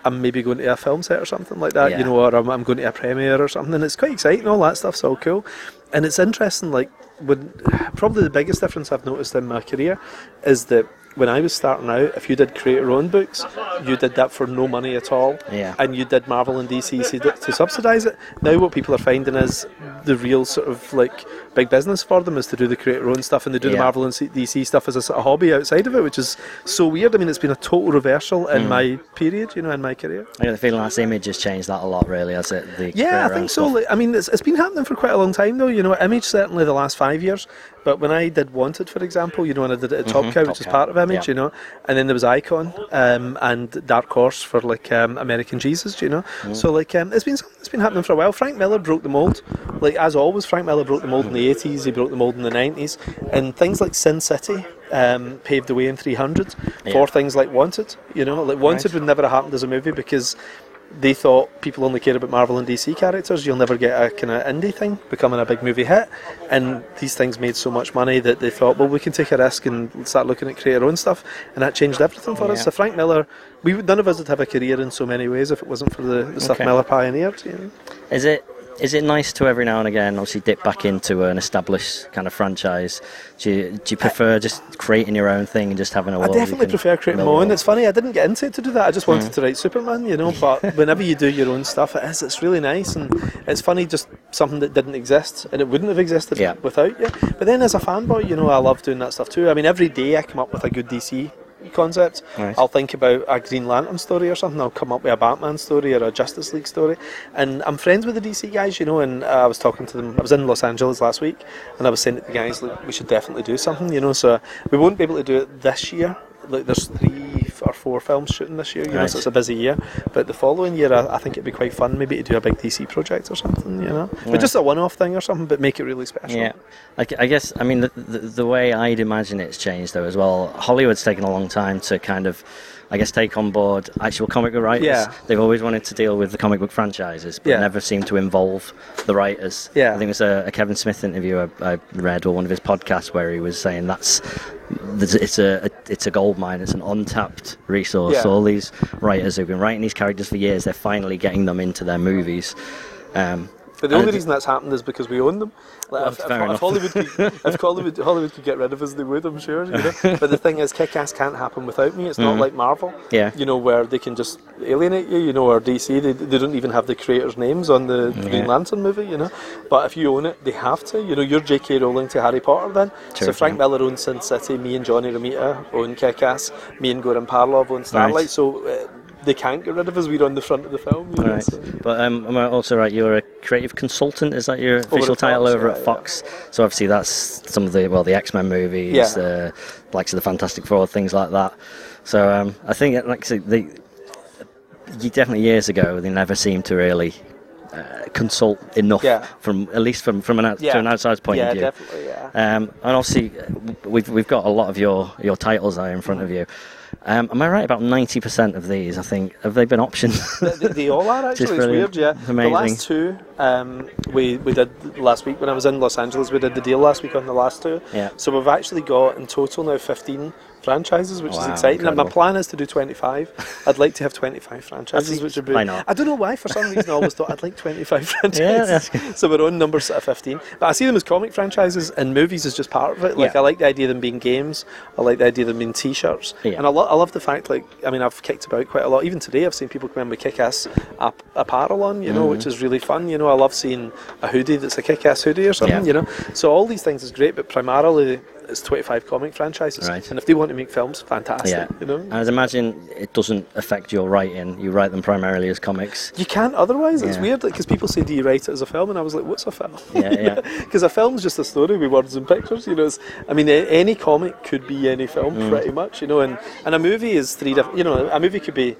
S4: I'm maybe going to a film set or something like that,
S3: Yeah.
S4: you know, or I'm, I'm going to a premiere or something. And it's quite exciting, all that stuff's all cool. And it's interesting, like, when probably the biggest difference I've noticed in my career is that when I was starting out, if you did creator own books, you did that for no money at all.
S3: Yeah.
S4: And you did Marvel and DC s- to subsidise it. Now, what people are finding is the real sort of like big business for them is to do the creator own stuff and they do the
S3: Yeah.
S4: Marvel and C- DC stuff as a sort of hobby outside of it, which is so weird. I mean, it's been a total reversal in my period, you know, in my career.
S3: I got the feeling that image has changed that a lot, really, has it? The
S4: Yeah, I
S3: creator-owned
S4: think so.
S3: stuff.
S4: Like, I mean, it's, it's been happening for quite a long time, though. You know, Image certainly the last five years. But when I did Wanted, for example, you know, and I did it at Top Cow,
S3: Mm-hmm.
S4: which
S3: Top
S4: is
S3: Cow,
S4: part of Image,
S3: yeah.
S4: you know, and then there was Icon um, and Dark Horse for like um, American Jesus, you know.
S3: Mm.
S4: So like, um, it's been something that's been happening for a while. Frank Miller broke the mold, like as always. Frank Miller broke the mold in the eighties. He broke the mold in the nineties, and things like Sin City. Um, paved the way in 300
S3: Yeah.
S4: for things like Wanted. You know, like Wanted would never have happened as a movie because they thought people only care about Marvel and DC characters. You'll never get a kind of indie thing becoming a big movie hit. And these things made so much money that they thought, well, we can take a risk and start looking at creator own stuff. And that changed everything for
S3: Yeah.
S4: us. So Frank Miller, we would, none of us would have a career in so many ways if it wasn't for the, the stuff
S3: Okay.
S4: Miller pioneered. You know?
S3: Is it is it nice to every now and again obviously dip back into an established kind of franchise? Do you, do you prefer just creating your own thing and just having a
S4: I
S3: world? you
S4: definitely
S3: can Mm.
S4: prefer creating my
S3: build
S4: own.
S3: on?
S4: It's funny, I didn't get into it to do that. I just wanted to write Superman, you know. But whenever you do your own stuff, it is. It's really nice, and it's funny just something that didn't exist and it wouldn't have existed
S3: Yeah.
S4: without you. But then as a fanboy, you know, I love doing that stuff too. I mean, every day I come up with a good DC concept.
S3: Right.
S4: I'll think about a Green Lantern story or something. I'll come up with a Batman story or a Justice League story. And I'm friends with the DC guys, you know. And uh, I was talking to them. I was in Los Angeles last week, and I was saying to the guys, "Look, we should definitely do something," you know. So we won't be able to do it this year. Like there's three f- or four films shooting this year, you know,
S3: Right.
S4: so it's a busy year. But the following year, I, I think it'd be quite fun, maybe to do a big DC project or something, you know.
S3: Right.
S4: But just a one-off thing or something, but make it really special.
S3: Yeah, I, gu- I guess I mean the, the the way I'd imagine it's changed though as well. Hollywood's taken a long time to kind of, I guess, take on board actual comic book writers.
S4: Yeah.
S3: They've always wanted to deal with the comic book franchises, but
S4: Yeah.
S3: never seemed to involve the writers.
S4: Yeah.
S3: I think it was a, a Kevin Smith interview I, I read or one of his podcasts where he was saying that's. there's- It's a it's a gold mine. It's an untapped resource.
S4: Yeah.
S3: All these writers who've been writing these characters for years, they're finally getting them into their movies. Um,
S4: But the
S3: and
S4: only
S3: it-
S4: reason that's happened is because we own them. Like, if, if,
S3: fair
S4: if
S3: enough.
S4: Hollywood, could, if Hollywood, Hollywood could get rid of us, they would, I'm sure. You know? but the thing is, kick-ass can't happen without me. It's not like Marvel,
S3: Mm. Yeah.
S4: you know, where they can just alienate you. You know, or DC, they, they don't even have the creators' names on the Green Lantern movie. You know, but if you own it, they have to. You know, you're J.K. Rowling to Harry Potter. Then, so
S3: True,
S4: Frank
S3: yeah.
S4: Miller owns Sin City. Me and Johnny Ramita own Kick-Ass. Me and Goran Parlov own Starlight.
S3: Right.
S4: So. Uh, they can't get rid of us. We're on the front of the film. You know,
S3: Right.
S4: so-
S3: But um, am I also right? You're a creative consultant. Is that your official
S4: at
S3: title
S4: Fox,
S3: over
S4: yeah,
S3: at
S4: yeah.
S3: Fox? So obviously that's some of the well, the X Men movies,
S4: Yeah.
S3: the likes of the Fantastic Four, things like that. So um, I think uh, like I say, they you definitely years ago they never seemed to really. Uh, consult enough
S4: Yeah.
S3: from at least from from an out,
S4: Yeah.
S3: to an outside point
S4: yeah,
S3: of view.
S4: definitely. Yeah. Mm-hmm.
S3: Um, and obviously, uh, we've, we've got a lot of your, your titles there in front of you. Um, am I right about 90% of these? I think have they been optioned?
S4: they, they all are
S3: Just
S4: actually. It's
S3: brilliant.
S4: weird, yeah.
S3: It's
S4: The
S3: amazing.
S4: last two um, we we did last week when I was in Los Angeles. We did the deal last week on the last two.
S3: Yeah.
S4: So we've actually got in total now 15 franchises, which is
S3: Wow,
S4: exciting. And
S3: incredible.
S4: my plan is to do 25. I'd like to have 25 franchises,
S3: That's-
S4: which would be.
S3: why not?
S4: I don't know why. For some reason, I always thought I'd like 25 franchises.
S3: that's
S4: so we're on number sort of 15. But I see them as comic franchises, and movies is just part of it. Like
S3: Yeah.
S4: I like the idea of them being games. I like the idea of them being T-shirts.
S3: Yeah.
S4: And I, lo- I love the fact, like, I mean, I've kicked about quite a lot. Even today, I've seen people come in with kick-ass ap- apparel on, you know,
S3: Mm.
S4: which is really fun. You know, I love seeing a hoodie that's a kick-ass hoodie or something,
S3: Yeah.
S4: you know. So all these things is great, but primarily it's 25 comic franchises.
S3: Right.
S4: And if they want to make films, fantastic,
S3: yeah.
S4: you know.
S3: And I'd imagine it doesn't affect your writing. You write them primarily as comics.
S4: you can't otherwise. It's
S3: Yeah.
S4: weird because people say, "Do you write it as a film?" And I was like, "What's a film?"
S3: Yeah, yeah.
S4: Because a film's just a story with words and pictures. You know, it's, I mean, a- any comic could be any film,
S3: Mm.
S4: pretty much. You know, and, and a movie is three different. You know, a movie could be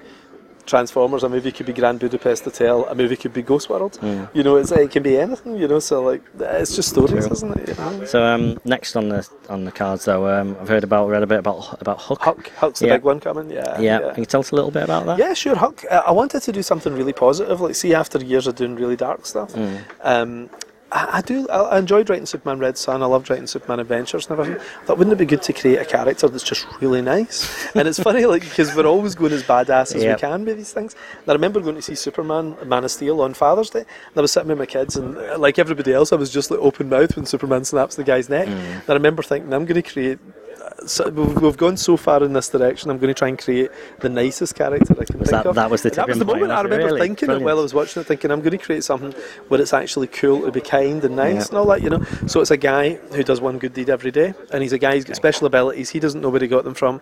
S4: Transformers, a movie could be Grand Budapest Hotel, a movie could be Ghost World.
S3: Mm.
S4: You know, it's, it can be anything. You know, so like it's just stories,
S3: True.
S4: isn't it? You know?
S3: So um, next on the on the cards though, um, I've heard about read a bit about about Hook.
S4: Huck, Huck's the
S3: Yeah.
S4: big one coming. Yeah,
S3: Yeah. Can you tell us a little bit about that?
S4: Yeah, sure, Huck. Uh, I wanted to do something really positive. Like, see, after years of doing really dark stuff,
S3: Mm.
S4: um, I, I do. I, I enjoyed writing Superman Red Sun. I loved writing Superman Adventures and everything. I thought, wouldn't it be good to create a character that's just really nice? And it's funny, like, because we're always going as badass as
S3: Yep.
S4: we can with these things. And I remember going to see Superman Man of Steel on Father's Day, and I was sitting with my kids, and uh, like everybody else, I was just like open mouth when Superman snaps the guy's
S3: Mm.
S4: neck. And I remember thinking, I'm going to create uh, so we've, we've gone so far in this direction. I'm going to try and create the nicest character I can think
S3: that-
S4: of.
S3: that was the
S4: And that
S3: tipping
S4: was the
S3: point,
S4: moment I
S3: was it?
S4: remember
S3: Really?
S4: thinking it while I was watching it, thinking I'm going to create something where it's actually cool to be kind and nice
S3: Yeah.
S4: and all that. You know, so it's a guy who does one good deed every day, and he's a guy who's got special abilities. He doesn't know where he got them from.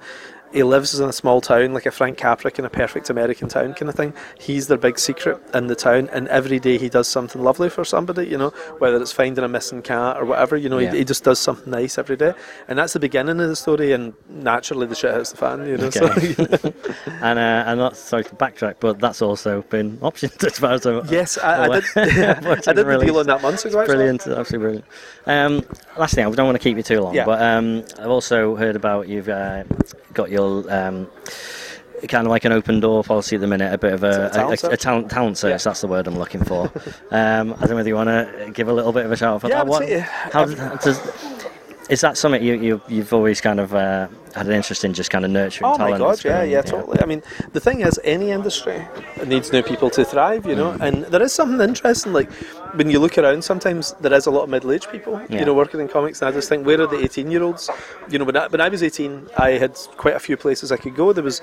S4: He lives in a small town, like a Frank Capra in a perfect American town kind of thing. He's their big secret in the town, and every day he does something lovely for somebody, you know, whether it's finding a missing cat or whatever, you know,
S3: Yeah.
S4: he, he just does something nice every day. And that's the beginning of the story, and naturally the shit hits the fan, you know.
S3: Okay.
S4: So,
S3: And uh, and that's sorry to backtrack, but that's also been optioned as far as I
S4: yes, I, I did, I did the deal on that months ago. actually.
S3: Brilliant, absolutely brilliant. Um, last thing, I don't want to keep you too long,
S4: Yeah.
S3: but um, I've also heard about you've uh, got your um, kind of like an open door policy at the minute, a bit of a,
S4: it a talent search?
S3: talent, talent search.
S4: Yeah.
S3: That's the word I'm looking for. um, I don't know whether you want to give a little bit of a shout out for
S4: Yeah, I
S3: that.
S4: would
S3: What-
S4: say, uh,
S3: how did- does- is that something you, you you've always kind of uh, had an interest in, just kind of nurturing
S4: Oh
S3: talent?
S4: my god,
S3: It's
S4: yeah,
S3: been-
S4: yeah, totally. I mean, the thing is, any industry needs new people to thrive, you
S3: Mm.
S4: know. And there is something interesting, like when you look around, sometimes there is a lot of middle-aged people,
S3: Yeah.
S4: you know, working in comics, and I just think, where are the eighteen-year-olds? You know, when I, when I was eighteen, I had quite a few places I could go. There was.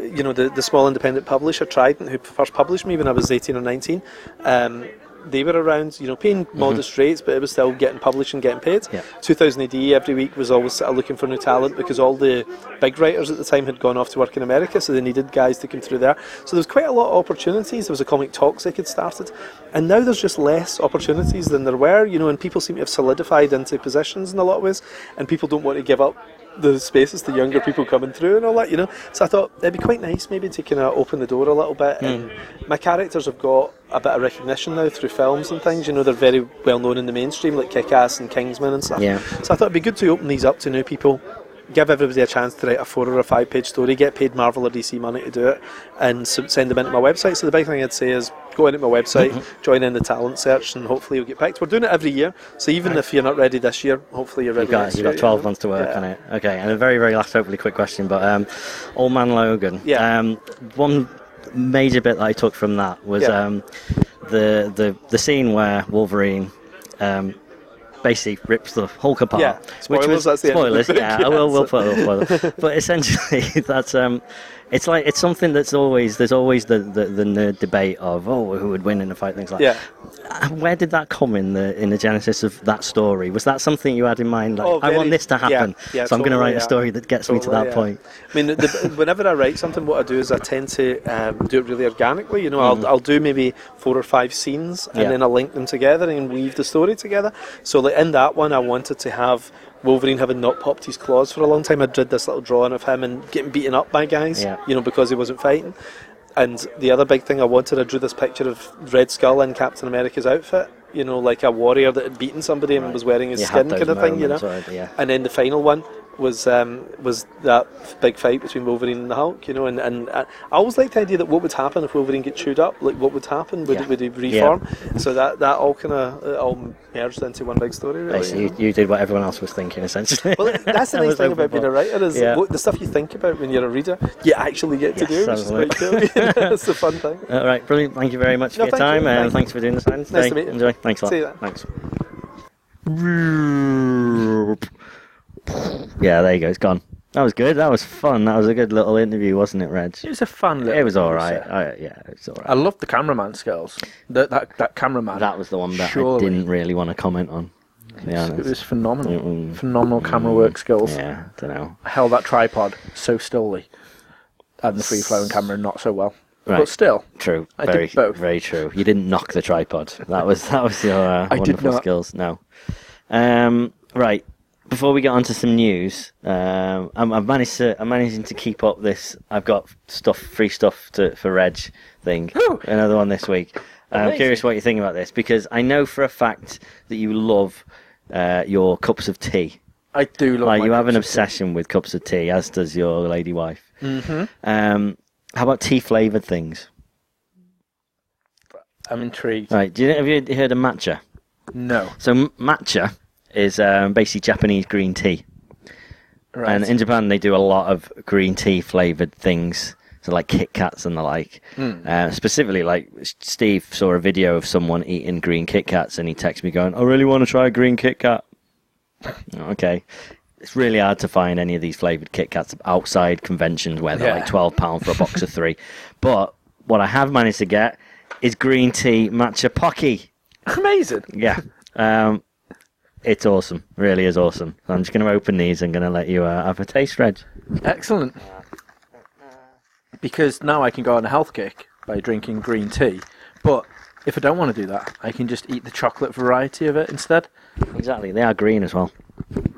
S4: You know the, the small independent publisher Trident, who first published me when I was eighteen or nineteen, um, they were around. You know, paying modest rates, but it was still getting published and getting paid.
S3: Mm-hmm. Yeah.
S4: 2000 AD E, every week was always sort of looking for new talent because all the big writers at the time had gone off to work in America, so they needed guys to come through there. So there was quite a lot of opportunities. There was a comic Toxic had started, and now there's just less opportunities than there were, you know, and people seem to have solidified into positions in a lot of ways, and people don't want to give up the spaces to younger people coming through and all that, you know. So I thought it'd be quite nice maybe to kind of open the door a little bit. And my characters have got a bit of recognition now through films and things. You know, they're very well known in the mainstream, like Kick-Ass and Kingsman and stuff.
S3: Yeah.
S4: So I thought it'd be good to open these up to new people, give everybody a chance to write a four or a five page story, get paid Marvel or DC money to do it, and s- send them into my website. So the big thing I'd say is go in at my website,
S3: Mm-hmm.
S4: join in the talent search, and hopefully you'll get picked. We're doing it every year, so even if you're not ready this year, hopefully you're ready.
S3: You've got,
S4: next
S3: you've got
S4: year,
S3: 12
S4: you know?
S3: months to work
S4: Yeah.
S3: on it. Okay, and a very, very last, hopefully quick question, but um, Old Man Logan.
S4: Yeah.
S3: Um, one major bit that I took from that was
S4: Yeah.
S3: um, the, the the scene where Wolverine um, basically rips the Hulk apart.
S4: Yeah, spoilers, that's the end of the
S3: spoilers.
S4: book,
S3: yeah,
S4: yeah,
S3: I will, will
S4: so-
S3: put a little spoiler. but essentially, that's um, it's like it's something that's always there's always the, the, the nerd debate of oh who would win in a fight things like
S4: Yeah.
S3: uh, Where did that come in the in the genesis of that story? Was that something you had in mind? Like,
S4: Oh,
S3: I want
S4: very-
S3: this to
S4: yeah,
S3: happen,
S4: yeah,
S3: so I'm going to
S4: totally,
S3: write a
S4: yeah.
S3: story that gets me to
S4: Totally,
S3: that
S4: yeah.
S3: point.
S4: I mean, the, whenever I write something, what I do is I tend to um, do it really organically. You know, I'll, I'll do maybe four or five scenes, and
S3: Mm. Yeah.
S4: then I'll link them together and weave the story together. So, like in that one, I wanted to have Wolverine having not popped his claws for a long time. I did this little drawing of him and getting beaten up by guys.
S3: Yeah.
S4: You know, because he wasn't fighting. And the other big thing I wanted, I drew this picture of Red Skull in Captain America's outfit. You know, like a warrior that had beaten somebody and was wearing his
S3: You had
S4: skin,
S3: those
S4: kind of thing. You know, Oh,
S3: moments, right, yeah.
S4: and then the final one, was um, was that f- big fight between Wolverine and the Hulk, you know, and, and uh, I always liked the idea that what would happen if Wolverine get chewed up, like what would happen, would,
S3: Yeah.
S4: would he reform? So that, that all kind of all merged into one big story, really.
S3: Basically, you, you did what everyone else was thinking, essentially.
S4: Well, that's the
S3: That
S4: nice
S3: was
S4: thing about
S3: open
S4: being a
S3: book.
S4: writer is
S3: Yeah.
S4: what, the stuff you think about when you're a reader, you actually get to
S3: Yes,
S4: do, which is quite cool. That's the fun thing.
S3: All right, brilliant. Thank you very much
S4: No,
S3: for your
S4: thank
S3: time,
S4: you.
S3: and
S4: Thank-
S3: thanks for doing the science
S4: Nice
S3: today.
S4: to meet you.
S3: Enjoy. Thanks a lot.
S4: See you then.
S3: Thanks. Yeah, there you go. It's gone. That was good. That was fun. That was a good little interview, wasn't it, Reg?
S1: It was a fun little.
S3: It was all right.
S1: concert.
S3: I, yeah, it's all
S1: I
S3: right.
S1: love the cameraman skills. That that, that cameraman.
S3: That was the one that
S1: Surely.
S3: I didn't really want to comment on. To be
S1: It
S3: honest.
S1: was phenomenal.
S3: Mm-mm.
S1: Phenomenal camera work skills.
S3: yeah, I don't know.
S1: Held that tripod so stilly, and the free flowing camera not so well.
S3: Right.
S1: But still,
S3: True.
S1: I did
S3: very,
S1: both.
S3: very true. You didn't knock the tripod. That was that was your uh,
S1: I did
S3: wonderful
S1: not.
S3: skills. No. Um, right. Before we get on to some news, um, I'm, I've managed to. I'm managing to keep up this. I've got stuff, free stuff to, for Reg thing.
S1: Woo!
S3: Another one this week. I'm
S1: Amazing.
S3: curious what you think about this because I know for a fact that you love uh, your cups of tea.
S1: I do love.
S3: Like
S1: my
S3: you have an
S1: cups of
S3: obsession with cups of tea, as does your lady wife.
S1: Mhm.
S3: Um, how about tea flavored things?
S1: tea. I'm intrigued.
S3: Right. Do you have you heard of matcha?
S1: No,
S3: So m- matcha is um, basically Japanese green tea,
S1: right.
S3: and in Japan they do a lot of green tea flavored things, so like Kit Kats and the like.
S1: Hmm.
S3: Uh, specifically, like S- Steve saw a video of someone eating green Kit Kats, and he texted me going, "I really want to try a green Kit Kat." okay. It's really hard to find any of these flavored Kit Kats outside conventions where they're
S1: Yeah.
S3: like twelve pound for a box of three. But what I have managed to get is green tea matcha pocky.
S1: Amazing.
S3: Yeah. Um, it's awesome. Really is awesome. I'm just going to open these and going to let you uh, have a taste, Reg.
S1: Excellent. Because now I can go on a health kick by drinking green tea. But if I don't want to do that, I can just eat the chocolate variety of it instead.
S3: Exactly. They are green as well.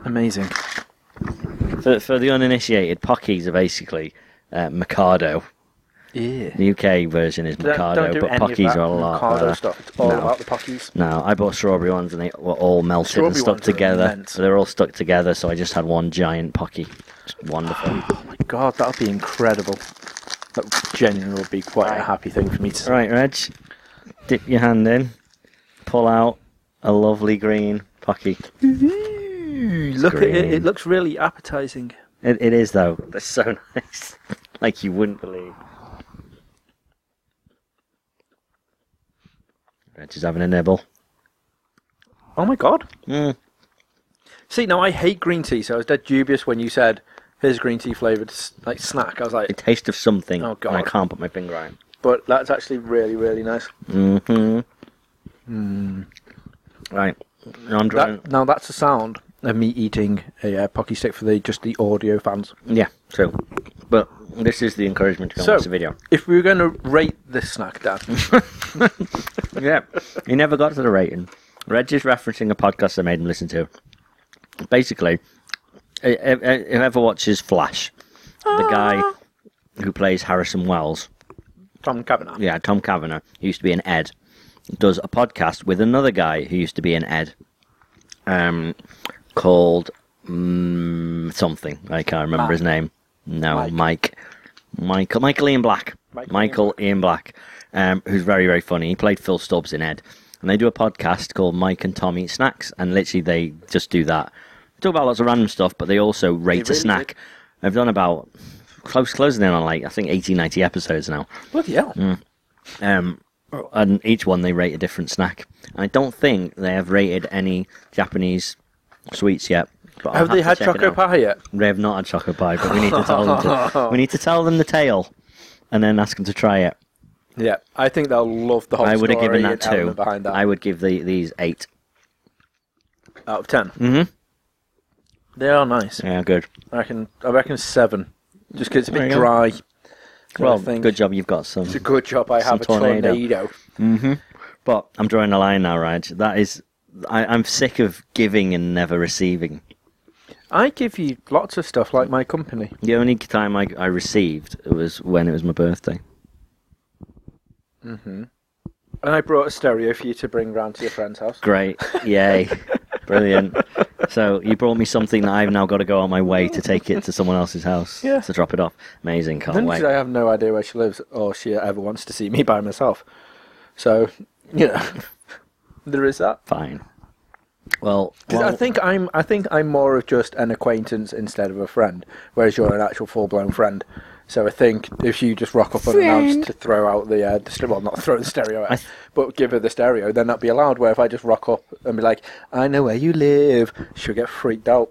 S1: Amazing.
S3: For, for the uninitiated, Pockies are basically uh, Mikado.
S1: Yeah.
S3: The UK version is
S1: Don't,
S3: Mikado,
S1: don't do
S3: but
S1: any of
S3: Pockies
S1: that
S3: are a lot
S1: Ricardo
S3: better.
S1: stuff. It's all
S3: No.
S1: about the pockies.
S3: No, I bought strawberry ones and they were all melted and
S1: Strawberry
S3: stuck
S1: ones are
S3: together.
S1: immense.
S3: So they're all stuck together, so I just had one giant Pocky. It's wonderful.
S1: Oh my god, that would be incredible. That genuinely would be quite a happy thing for me to see.
S3: Right, Reg. Dip your hand in. Pull out a lovely green Pocky.
S1: Ooh, Look at it.
S3: green.
S1: It looks really appetizing.
S3: It, it is though. They're so nice, like you wouldn't believe. Reg is having a nibble.
S1: Oh my god.
S3: Mm.
S1: See, now I hate green tea, so I was dead dubious when you said, "Here's green tea flavored like snack." I was
S3: The
S1: like,
S3: taste of something.
S1: Oh,
S3: and I
S1: God.
S3: can't put my finger on.
S1: but that's actually really, really nice.
S3: Mm-hmm. Right. Now I'm drawing.
S1: That, now that's the sound of me eating a uh, pocky stick for the just the audio fans.
S3: Yeah. So, but this is the encouragement to go and
S1: So-
S3: watch the video.
S1: If we were going to rate this snack, Dan,
S3: yeah. He never got to the rating. Reg is referencing a podcast I made him listen to. Basically, i- i- i- whoever watches Flash, the guy who plays Harrison Wells,
S1: Tom Kavanagh,
S3: yeah, Tom Kavanagh, who used to be an Ed, does a podcast with another guy who used to be an Ed, um, called mm, something. I can't remember his name. No,
S1: Mike.
S3: Mike. Michael Michael Ian Black.
S1: Michael
S3: Michael Ian Black, um, who's very very funny. He played Phil Stubbs in Ed, and they do a podcast called Mike and Tom Eat Snacks, and literally they just do that. Talk about lots of random stuff, but they also rate a
S1: really
S3: snack. I've done about close closing in on like I think 80, 90 episodes now.
S1: bloody hell,
S3: Um, and each one they rate a different snack. I don't think they have rated any Japanese sweets yet. But I'll
S1: have they
S3: to
S1: had
S3: check it
S1: choco
S3: out.
S1: pie yet?
S3: They have not had choco pie, but we need to tell them. To, we need to tell them the tale, and then ask them to try it.
S1: Yeah, I think they'll love the whole.
S3: I would have given
S1: story
S3: that
S1: and
S3: two.
S1: element Behind that,
S3: I would give the, these eight.
S1: out of 10 Mm-hmm. They are nice.
S3: Yeah, good.
S1: I reckon. I reckon seven. Just 'cause it's a
S3: There
S1: bit
S3: you go.
S1: dry.
S3: Well,
S1: think-
S3: good job. You've got some.
S1: It's a good job I
S3: Some
S1: have a
S3: tornado.
S1: tornado.
S3: But I'm drawing a line now, Raj. That is, I, I'm sick of giving and never receiving.
S1: I give you lots of stuff like my company.
S3: The only time I, I received was when it was my birthday.
S1: And I brought a stereo for you to bring round to your friend's house.
S3: Great. Yay. Brilliant. so you brought me something that I've now got to go on my way to take it to someone else's house
S1: Yeah.
S3: to drop it off. Amazing, can't
S1: Then
S3: wait.
S1: I have no idea where she lives or she ever wants to see me by myself. So, you know, there is that.
S3: Fine. Well,
S1: 'Cause
S3: well
S1: I think I'm I think I'm more of just an acquaintance instead of a friend, whereas you're an actual full blown friend. So I think if you just rock up unannounced to throw out the, uh, the stereo, well, not throw the stereo,
S3: I
S1: out,
S3: th-
S1: but give her the stereo, then that'd be allowed. Where if I just rock up and be like, I know where you live, she'll get freaked out.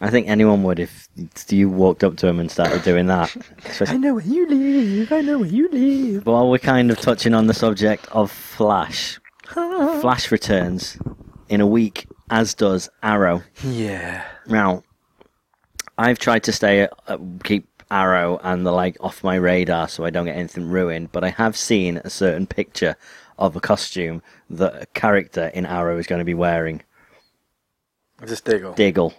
S3: I think anyone would if you walked up to him and started doing that.
S1: I
S3: Especially-
S1: know where you live. I know where you live.
S3: But while we're kind of touching on the subject of Flash, Flash returns in a week, as does Arrow.
S1: Yeah.
S3: Now, I've tried to stay uh, keep Arrow and the like off my radar so I don't get anything ruined, but I have seen a certain picture of a costume that a character in Arrow is going to be wearing.
S1: Just Diggle.
S3: Diggle.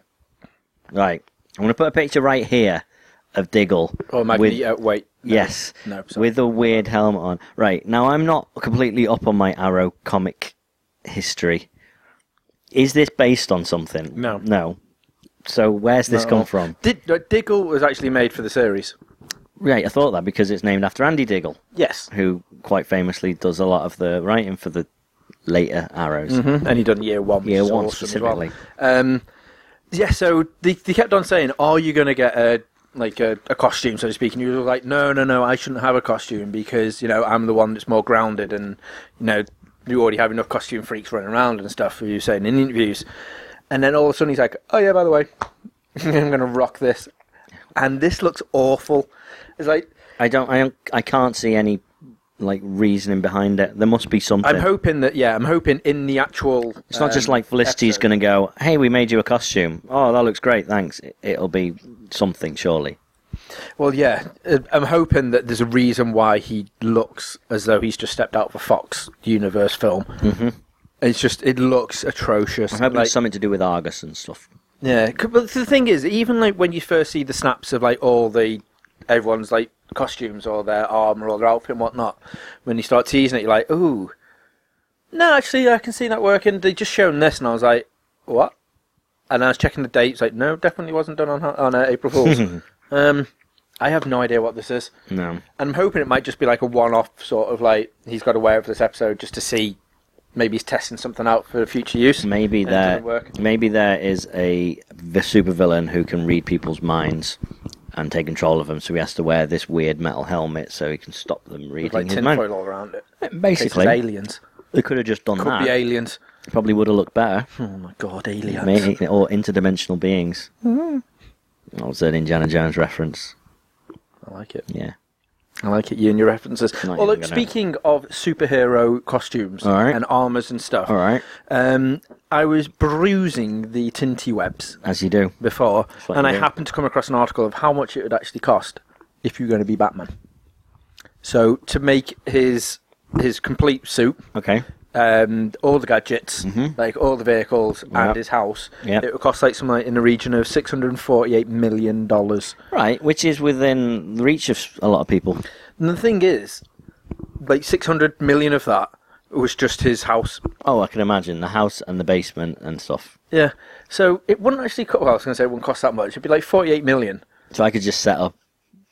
S3: Right. I'm going to put a picture right here of Diggle.
S1: or
S3: with-
S1: Magneto. wait. no.
S3: Yes.
S1: uh, No, sorry.
S3: with a weird helmet on. Right. Now, I'm not completely up on my Arrow comic history. Is this based on something?
S1: No.
S3: No. So, where's this
S1: No.
S3: come from?
S1: Did, uh, Diggle was actually made for the series.
S3: Right, I thought that because it's named after Andy Diggle,
S1: Yes.
S3: who quite famously does a lot of the writing for the later Arrows.
S1: And he done year one. Which
S3: Year
S1: is
S3: one
S1: Mm-hmm. awesome as well.
S3: specifically.
S1: Um, yeah, so they, they kept on saying, "Are you going to get a like a, a costume, so to speak?" And you were like, "No, no, no, I shouldn't have a costume because you know I'm the one that's more grounded, and you know you already have enough costume freaks running around and stuff." You were saying in interviews, and then all of a sudden he's like, "Oh yeah, by the way, I'm going to rock this," and this looks awful. It's like
S3: I don't, I don't, I can't see any like reasoning behind it. There must be something.
S1: I'm hoping um, that yeah, I'm hoping in the actual.
S3: it's not just like Felicity's going to go, "Hey, we made you a costume. Oh, that looks great. Thanks." It- It'll be something, surely.
S1: Well, yeah, uh, I'm hoping that there's a reason why he looks as though he's just stepped out of a Fox Universe film. Mm-hmm. It's just it looks atrocious.
S3: I'm hoping
S1: Like,
S3: it's something to do with Argus and stuff.
S1: yeah, c- but the thing is, even like when you first see the snaps of like all the everyone's like costumes or their armor or their outfit and whatnot, when you start teasing it, you're like, ooh, no, actually, I can see that working. They just shown this, and I was like, what? And I was checking the dates, like, no, definitely wasn't done on on uh, April Fools. um, I have no idea what this is.
S3: No,
S1: And I'm hoping it might just be like a one off sort of like he's got to wear it for this episode just to see maybe he's testing something out for future use.
S3: maybe
S1: And it
S3: there,
S1: didn't work.
S3: maybe there is a v- supervillain who can read people's minds and take control of them. So he has to wear this weird metal helmet so he can stop them reading
S1: With like
S3: his mind.
S1: tinfoil all around it. In case it's
S3: Uh, Basically,
S1: aliens.
S3: they could have just done
S1: Could
S3: that.
S1: be aliens.
S3: Probably would have looked better.
S1: Oh my god, aliens.
S3: Maybe, or interdimensional beings. That was an Indiana Jones reference.
S1: I like it.
S3: Yeah.
S1: I like it, you and your references.
S3: Not
S1: Although,
S3: even gonna-
S1: speaking of superhero costumes
S3: All right.
S1: and armours and stuff,
S3: All right,
S1: um, I was browsing the Tinty Webs
S3: as you do.
S1: before,
S3: what
S1: and
S3: you
S1: I
S3: do.
S1: happened to come across an article of how much it would actually cost if you're going to be Batman. So to make his his complete suit,
S3: Okay.
S1: um, all the gadgets, like all the vehicles
S3: Yep.
S1: and his house,
S3: Yep.
S1: it would cost like something like in the region of six hundred and forty-eight million dollars.
S3: Right, which is within the reach of s- a lot of people.
S1: And the thing is, like six hundred million of that was just his house.
S3: Oh, I can imagine the house and the basement and stuff.
S1: Yeah. So it wouldn't actually cost. Well, I was going to say it wouldn't cost that much. It'd be like forty-eight million.
S3: So I could just set up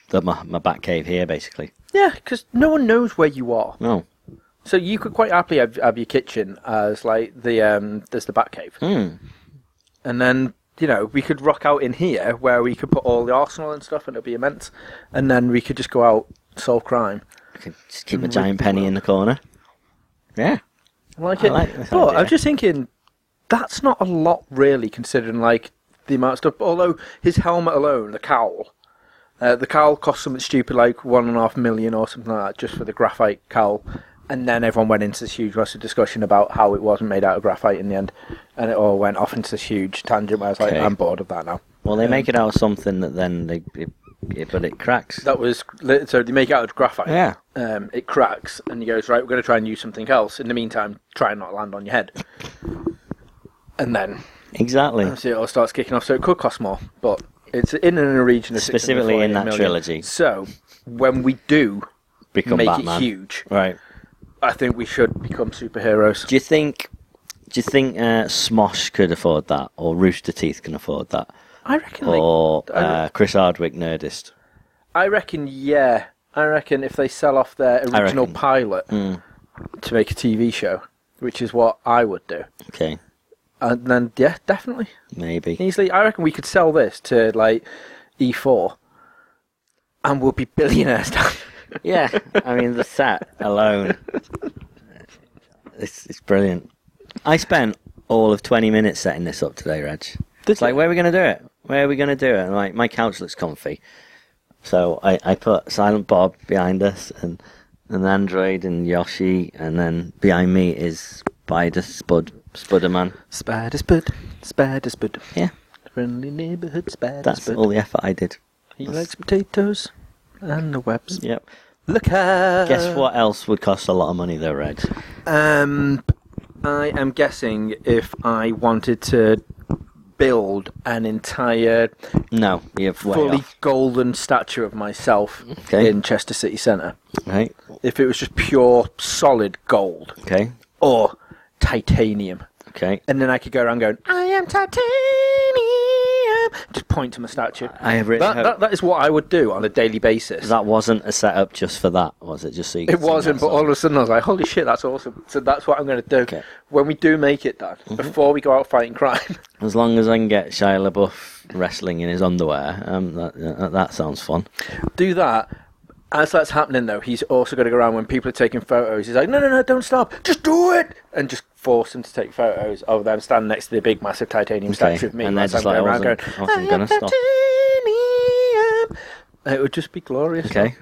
S3: the, my my back cave here, basically.
S1: Yeah, because no one knows where you are.
S3: No,
S1: So you could quite happily have, have your kitchen as like the um there's the Batcave,
S3: Hmm.
S1: and then you know we could rock out in here where we could put all the arsenal and stuff, and it'd be immense. And then we could just go out solve crime.
S3: I could just keep a
S1: Hmm.
S3: giant penny in the corner. Yeah,
S1: I like
S3: I
S1: it,
S3: like this
S1: but
S3: idea.
S1: I'm just thinking that's not a lot really considering like the amount of stuff. Although his helmet alone, the cowl. Uh, the cowl cost something stupid like one and a half million or something like that just for the graphite cowl. And then everyone went into this huge massive discussion about how it wasn't made out of graphite in the end. And it all went off into this huge tangent where I was like,
S3: Okay.
S1: I'm bored of that now.
S3: Well, they make it out of something that then they, it, it, but it cracks.
S1: That was so they make it out of graphite.
S3: Yeah.
S1: Um, it cracks and he goes right. We're going to try and use something else. In the meantime, try and not land on your head. And then
S3: Exactly.
S1: obviously it all starts kicking off. So it could cost more, but it's in and in a region of
S3: Specifically in
S1: 648
S3: that
S1: million.
S3: trilogy.
S1: So when we do
S3: Become
S1: make
S3: Batman.
S1: it huge,
S3: Right.
S1: I think we should become superheroes.
S3: Do you think Do you think uh, Smosh could afford that, or Rooster Teeth can afford that,
S1: I reckon. they-
S3: or
S1: I re-
S3: uh, Chris Hardwick Nerdist?
S1: I reckon. Yeah, I reckon if they sell off their original
S3: reckon. Hmm.
S1: pilot to make a TV show, which is what I would do,
S3: Okay,
S1: and then yeah, definitely
S3: maybe.
S1: easily. I reckon we could sell this to like E4, and we'll be billionaires.
S3: Yeah, I mean the set alone, it's it's brilliant. I spent all of twenty minutes setting this up today, Reg. It's like, where are we going to do it? Where are we going to do it? And like, my couch looks comfy. So I, I put Silent Bob behind us and an Android and Yoshi, and then behind me is Spider Spud, Spudderman.
S1: Spider Spud, Spider Spud,
S3: Yeah,
S1: friendly neighbourhood Spider
S3: that's
S1: Spud.
S3: all the effort I did.
S1: He likes potatoes and the webs.
S3: Yep.
S1: Look out!
S3: Guess what else would cost a lot of money though, Reg?
S1: Um, I am guessing if I wanted to build an entire
S3: No, you're way
S1: fully
S3: off.
S1: golden statue of myself
S3: Okay.
S1: in Chester City Centre,
S3: Right?
S1: if it was just pure solid gold
S3: Okay.
S1: or titanium,
S3: Okay.
S1: and then I could go around going, "I am titanium," just point to my statue.
S3: I have really
S1: That,
S3: hope-
S1: that, that is what I would do on a daily basis.
S3: That wasn't a setup just for that, was it? Just so you could
S1: It
S3: sing
S1: wasn't,
S3: that
S1: but all
S3: song.
S1: of a sudden I was like, "Holy shit, that's awesome!" So that's what I'm going to do
S3: Okay. Mm-hmm.
S1: when we do make it, Dad. Before we go out fighting crime,
S3: As long as I can get Shia LaBeouf wrestling in his underwear, um, that, uh, that sounds fun.
S1: do that. As that's happening, though, he's also going to go around when people are taking photos. He's like, "No, no, no, don't stop! Just do it!" And just force them to take photos of them standing next to the big, massive titanium
S3: Okay,
S1: statue of me.
S3: and they're
S1: whilst
S3: just
S1: I'm
S3: like,
S1: going
S3: "I
S1: around
S3: wasn't- I wasn't
S1: "I am
S3: gonna stop."
S1: titanium." It would just be glorious.
S3: Okay.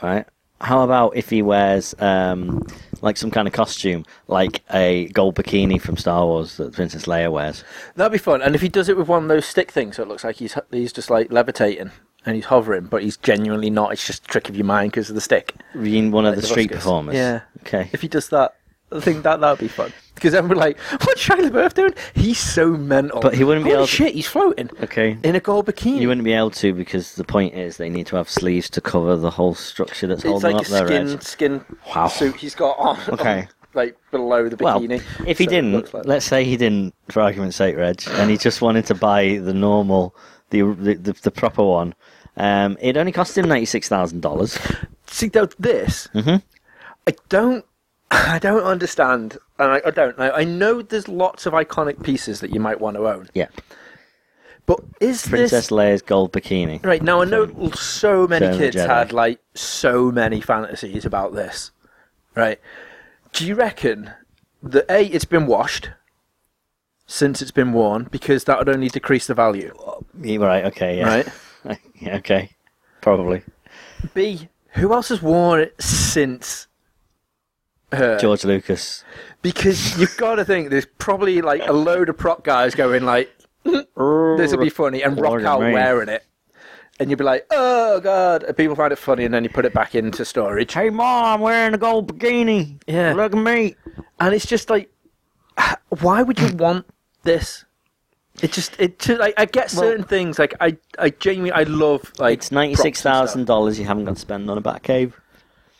S3: All right. How about if he wears um, like some kind of costume, like a gold bikini from Star Wars that Princess Leia wears?
S1: That'd be fun. And if he does it with one of those stick things, so it looks like he's he's just like levitating and he's hovering, but he's genuinely not. It's just a trick of your mind because of the stick.
S3: Being one of the,
S1: the
S3: street
S1: Buskers.
S3: performers.
S1: Yeah.
S3: Okay.
S1: If he does that, I think that that'd be fun. Because everyone like, what's Shia LaBeouf doing? He's so mental.
S3: But he wouldn't be
S1: Holy
S3: able to-
S1: shit, he's floating
S3: Okay.
S1: in a gold bikini.
S3: You wouldn't be able to because the point is they need to have sleeves to cover the whole structure that's
S1: it's
S3: holding
S1: like a
S3: up their
S1: skin
S3: edge.
S1: skin
S3: Wow.
S1: suit he's got on.
S3: Okay.
S1: on, like below the
S3: Well,
S1: bikini.
S3: if he
S1: So it
S3: didn't,
S1: looks like-
S3: let's say he didn't, for argument's sake, Reg, and he just wanted to buy the normal, the the, the, the proper one. Um, it only cost him ninety six thousand dollars.
S1: see though this
S3: Mm-hmm.
S1: i don't i don't understand and i, I don't know i know there's lots of iconic pieces that you might want to own
S3: Yeah,
S1: but is
S3: Princess
S1: this
S3: Leia's gold bikini.
S1: right now i know so many
S3: Return of the
S1: kids
S3: Jedi.
S1: had like so many fantasies about this right do you reckon that a it's been washed since it's been worn because that would only decrease the value
S3: Yeah, Right. Okay. Yeah. Right. yeah. Okay. Probably
S1: b who else has worn it since her
S3: George Lucas.
S1: Because you've got to think there's probably like a load of prop guys going like, "This will be funny," and rock
S3: Lord
S1: out
S3: me.
S1: wearing it, and you'd be like, "Oh god!" And people find it funny, and then you put it back into storage,
S3: Hey, mom, I'm wearing a gold bikini.
S1: Yeah.
S3: Look at me.
S1: and it's just like, why would you want this? It just it. To, like, I get certain things like I I genuinely I love like
S3: It's ninety six
S1: props and
S3: thousand dollars you haven't got to spend on a Batcave.
S1: stuff.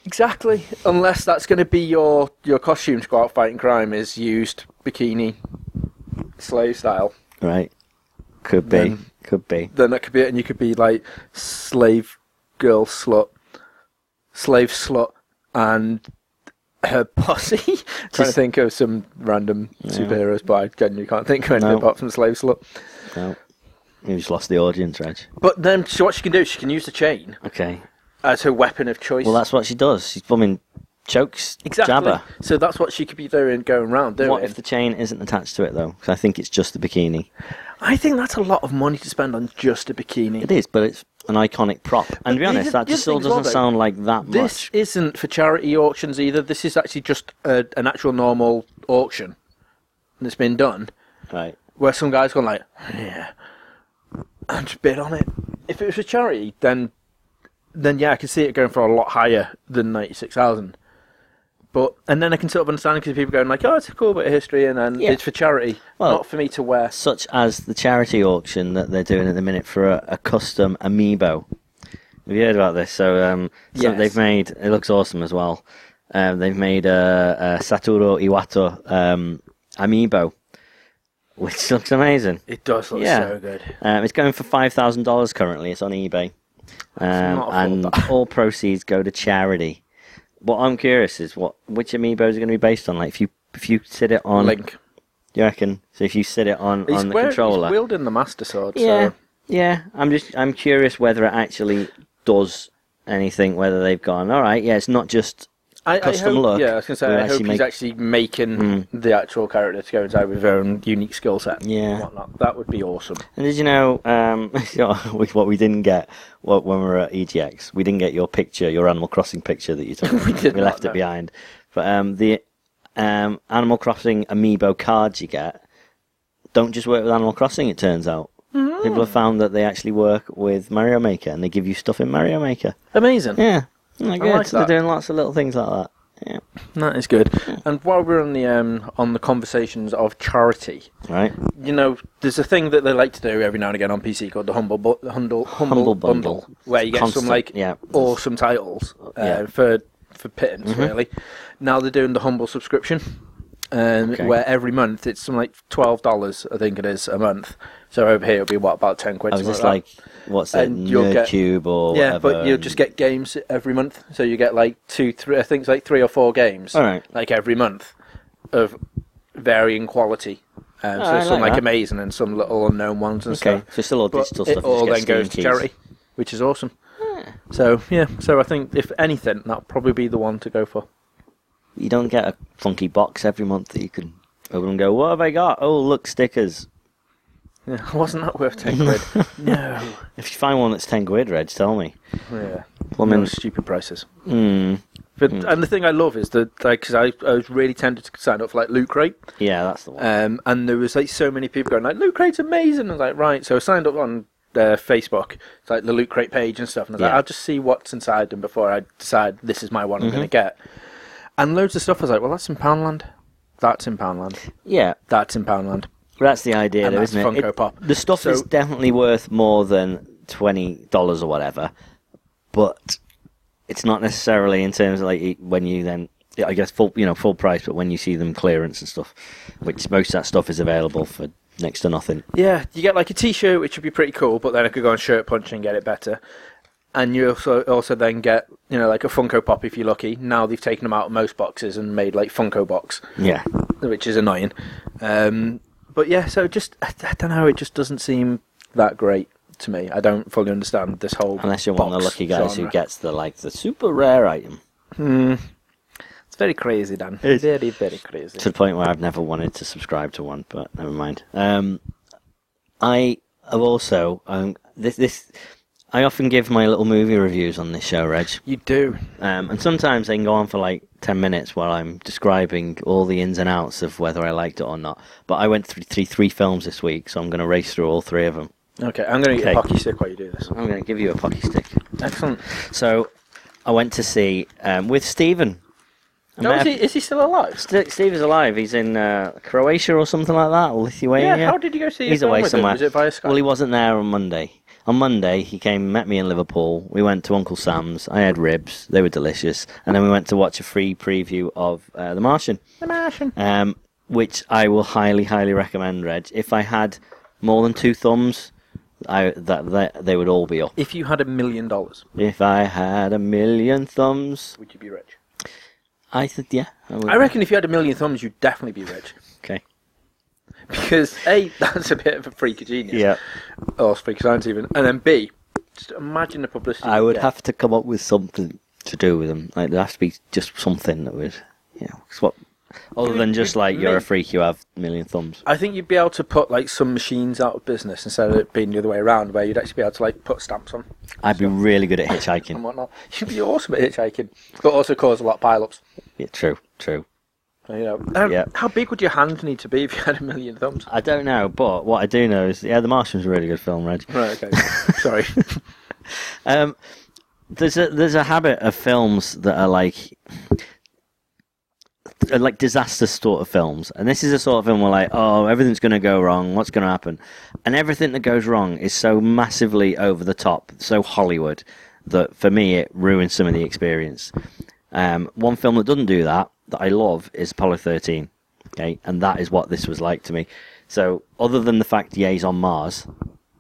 S1: exactly unless that's going to be your your costume to go out fighting crime is used bikini slave style.
S3: Right. Could be.
S1: Then-
S3: Could be.
S1: then that could be it, and you could be like slave girl slut, slave slut, and her posse. Trying to
S3: Just-
S1: think of some random superheroes, but I genuinely can't think of anything
S3: No.
S1: apart from slave slut.
S3: No. You just lost the audience, Reg.
S1: But then, so what she can do, she can use the chain
S3: Okay.
S1: as her weapon of choice.
S3: Well, that's what she does. She's bumming chokes
S1: exactly.
S3: Jabba.
S1: So that's what she could be doing, going round doing.
S3: What if the chain isn't attached to it though? Because I think it's just the bikini.
S1: I think that's a lot of money to spend on just a bikini.
S3: It is, but it's an iconic prop. And to be
S1: these
S3: honest,
S1: are-
S3: that
S1: these
S3: just still
S1: things
S3: doesn't
S1: are, though.
S3: sound like that
S1: This
S3: much.
S1: isn't for charity auctions either. This is actually just a, an actual normal auction, and it's been done.
S3: Right.
S1: where some guy's gone like, yeah, and just bid on it. If it was a charity, then then yeah, I can see it going for a lot higher than ninety six thousand. But and then I can sort of understand because people going like, oh, it's a cool bit of history, and then
S3: Yeah.
S1: it's for charity,
S3: Well-
S1: not for me to wear.
S3: Such as the charity auction that they're doing at the minute for a, a custom amiibo. Have you heard about this? So, um, so
S1: Yes.
S3: they've made it looks awesome as well. Um, they've made a, a Satoru Iwata um, Amiibo, which looks amazing.
S1: It does look
S3: Yeah.
S1: so good.
S3: Um, it's going for five thousand dollars currently. It's on eBay, um,
S1: not afford
S3: and
S1: that.
S3: all proceeds go to charity. What I'm curious is what which amiibos are going to be based on. Like if you if you sit it on,
S1: Link.
S3: you reckon? So if you sit it on
S1: He's,
S3: on the
S1: wear-
S3: controller,
S1: he's wielding the Master Sword.
S3: yeah,
S1: So.
S3: yeah. I'm just I'm curious whether it actually does anything. Whether they've gone all right. Yeah, it's not just
S1: I, I
S3: Custom
S1: hope,
S3: look.
S1: Yeah, I was going to say,
S3: We'll
S1: I
S3: actually
S1: hope
S3: make- Hmm.
S1: he's actually making the actual character to go inside with their own unique skill set.
S3: Yeah.
S1: And whatnot. That would be awesome.
S3: And did you know um, we- what we didn't get what, when we were at EGX? We didn't get your picture, your Animal Crossing picture that you took. we
S1: did not,
S3: left
S1: no.
S3: it behind. But um, the um, Animal Crossing amiibo cards you get don't just work with Animal Crossing. It turns out
S1: Mm.
S3: people have found that they actually work with Mario Maker and they give you stuff in Mario Maker.
S1: Amazing.
S3: Yeah, Isn't that good.
S1: like that.
S3: They're doing lots of little things like that. Yeah,
S1: That is good. And while we're on the um, on the conversations of charity,
S3: right.
S1: you know, there's a thing that they like to do every now and again on PC called the humble bu- the humble, humble,
S3: Humble
S1: bundle,
S3: Bundle.
S1: where you get
S3: Constant,
S1: some like
S3: yeah.
S1: awesome titles uh,
S3: Yeah. Mm-hmm.
S1: for for pittance really. Now they're doing the humble subscription, um,
S3: Okay.
S1: where every month it's some like twelve dollars, I think it is a month. So over here it'll be what about ten quid?
S3: I was
S1: something
S3: just like,
S1: that.
S3: what's it,
S1: And you'll
S3: Nerd
S1: get-
S3: Cube or
S1: yeah,
S3: whatever.
S1: but you'll
S3: and-
S1: just get games every month. So you get like two, three, I think it's like three or four games,
S3: All right.
S1: like every month of varying quality. Um,
S3: Oh,
S1: so
S3: I
S1: some
S3: like
S1: like
S3: that.
S1: amazing and some little unknown ones and
S3: okay.
S1: stuff.
S3: So it's still all
S1: But
S3: digital
S1: it
S3: stuff. you
S1: all
S3: just
S1: then
S3: get
S1: goes
S3: Steam Ah.
S1: to
S3: keys.
S1: charity, which is awesome. So yeah, so I think if anything, that'll probably be the one to go for.
S3: You don't get a funky box every month that you can open and go, what have I got? Oh, look, stickers.
S1: Yeah, wasn't that worth ten quid? no.
S3: If you find one that's 10 quid, Reg, tell me.
S1: Yeah.
S3: Plumbing.
S1: No stupid prices.
S3: Mm,
S1: But and the thing I love is that like 'cause I, I was really tempted to sign up for like Loot Crate.
S3: yeah, that's the one.
S1: Um, and there was like so many people going like Loot Crate's amazing. I was like, right. So I signed up on uh, Facebook, it's like the Loot Crate page and stuff. And I was like,
S3: Yeah.
S1: I'll just see what's inside them before I decide this is my one I'm going to get. And loads of stuff. I was like, well, that's in Poundland. That's in Poundland.
S3: yeah,
S1: That's in Poundland.
S3: that's the idea,
S1: and
S3: though,
S1: that's
S3: isn't it?
S1: Funko
S3: It-
S1: Pop.
S3: The stuff
S1: So-
S3: is definitely worth more than $20 or whatever, but it's not necessarily in terms of like it- when you then. yeah, I guess full, you know, full price, but when you see them clearance and stuff, which most of that stuff is available for next to nothing.
S1: Yeah, you get like a T-shirt, which would be pretty cool. But then I could go on Shirt Punch and get it better. And you also also then get you know like a Funko Pop if you're lucky. Now they've taken them out of most boxes and made like Funko Box.
S3: Yeah,
S1: which is annoying. Um, but yeah, so just I, I don't know. It just doesn't seem that great to me. I don't fully understand this whole.
S3: unless you're one of the
S1: box
S3: lucky guys
S1: genre.
S3: who gets the like the super rare item
S1: It's very crazy, Dan.
S3: It's-
S1: very very crazy.
S3: to the point where I've never wanted to subscribe to one, but never mind. Um, I have also um, this this I often give my little movie reviews on this show, Reg,
S1: You do.
S3: um, and sometimes they can go on for like ten minutes while I'm describing all the ins and outs of whether I liked it or not. But I went through three three films this week, so I'm going to race through all three of them.
S1: Okay, I'm going to get
S3: Okay.
S1: a hockey stick while you do this.
S3: I'm going to give you a pocky stick.
S1: Excellent.
S3: So I went to see um, with Stephen. I
S1: No,
S3: met
S1: is
S3: a-
S1: he, is he still alive?
S3: St- Steve is alive. He's in uh, Croatia or something like that, or Lithuania.
S1: Yeah, how did you go see
S3: He's
S1: his
S3: away somewhere.
S1: Is it via Skype?
S3: Well, he wasn't there on Monday. On Monday, he came, met me in Liverpool. We went to Uncle Sam's. I had ribs; they were delicious. And then we went to watch a free preview of uh, The Martian,
S1: the Martian.
S3: um, which I will highly, highly recommend. Reg, if I had more than two thumbs, I that, that they would all be up.
S1: If you had a million dollars,
S3: If I had a million thumbs,
S1: would you be rich?
S3: I said yeah. would.
S1: I reckon if you had a million thumbs, you'd definitely be rich.
S3: Okay.
S1: Because A, that's a bit of a freak of genius.
S3: Yeah.
S1: Or freak Oh, science even. And then B, just imagine the publicity.
S3: I
S1: you'd
S3: would
S1: get.
S3: have to come up with something to do with them. Like there has to be just something that would, you know, 'cause what other than just like you're a
S1: Me-
S3: freak, you have a million thumbs.
S1: I think you'd be able to put like some machines out of business instead of it being the other way around, where you'd actually be able to like put stamps on
S3: I'd be really good at
S1: and
S3: hitchhiking.
S1: whatnot. You'd be awesome at hitchhiking, but also cause a lot of pile-ups.
S3: Yeah, true, true.
S1: You know, um,
S3: Yeah.
S1: how big would your hand need to be if you had a million thumbs?
S3: I don't know, but what I do know is, yeah, The Martian's a really good film, Reg.
S1: Right. Okay. Sorry.
S3: Um, there's a there's a habit of films that are like are uh, like disaster sort of films, and this is a sort of film where like, oh, everything's going to go wrong. What's going to happen? And everything that goes wrong is so massively over the top, so Hollywood that for me it ruins some of the experience. Um, one film that doesn't do that that I love is Apollo 13. Okay, and that is what this was like to me. So, other than the fact Ye's on Mars,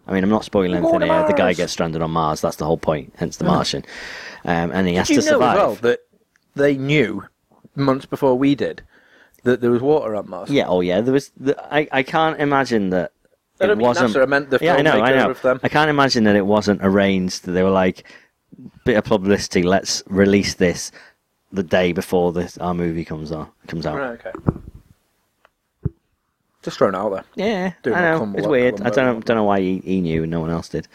S3: I mean, I'm not spoiling anything
S1: to
S3: here. The guy
S1: Mars!
S3: gets stranded on Mars. That's the whole point. Hence the Martian, um, and he has
S1: Do you
S3: to
S1: know
S3: survive.
S1: as well that they knew months before we did that there was water on Mars?
S3: Yeah, oh yeah. There was. The, I I can't imagine that.
S1: I
S3: it
S1: don't mean
S3: wasn't.
S1: NASA, I meant the
S3: yeah, I know, I
S1: filmmaker
S3: know.
S1: of them.
S3: I can't imagine that it wasn't arranged. That they were like, bit of publicity. Let's release this the day before this our movie comes on comes out.
S1: Right, okay. Just thrown out there.
S3: Yeah,
S1: Doing
S3: I
S1: a
S3: know.
S1: Columbo-
S3: It's weird. I
S1: Columbo.
S3: don't know, don't know why he, he knew and no one else did.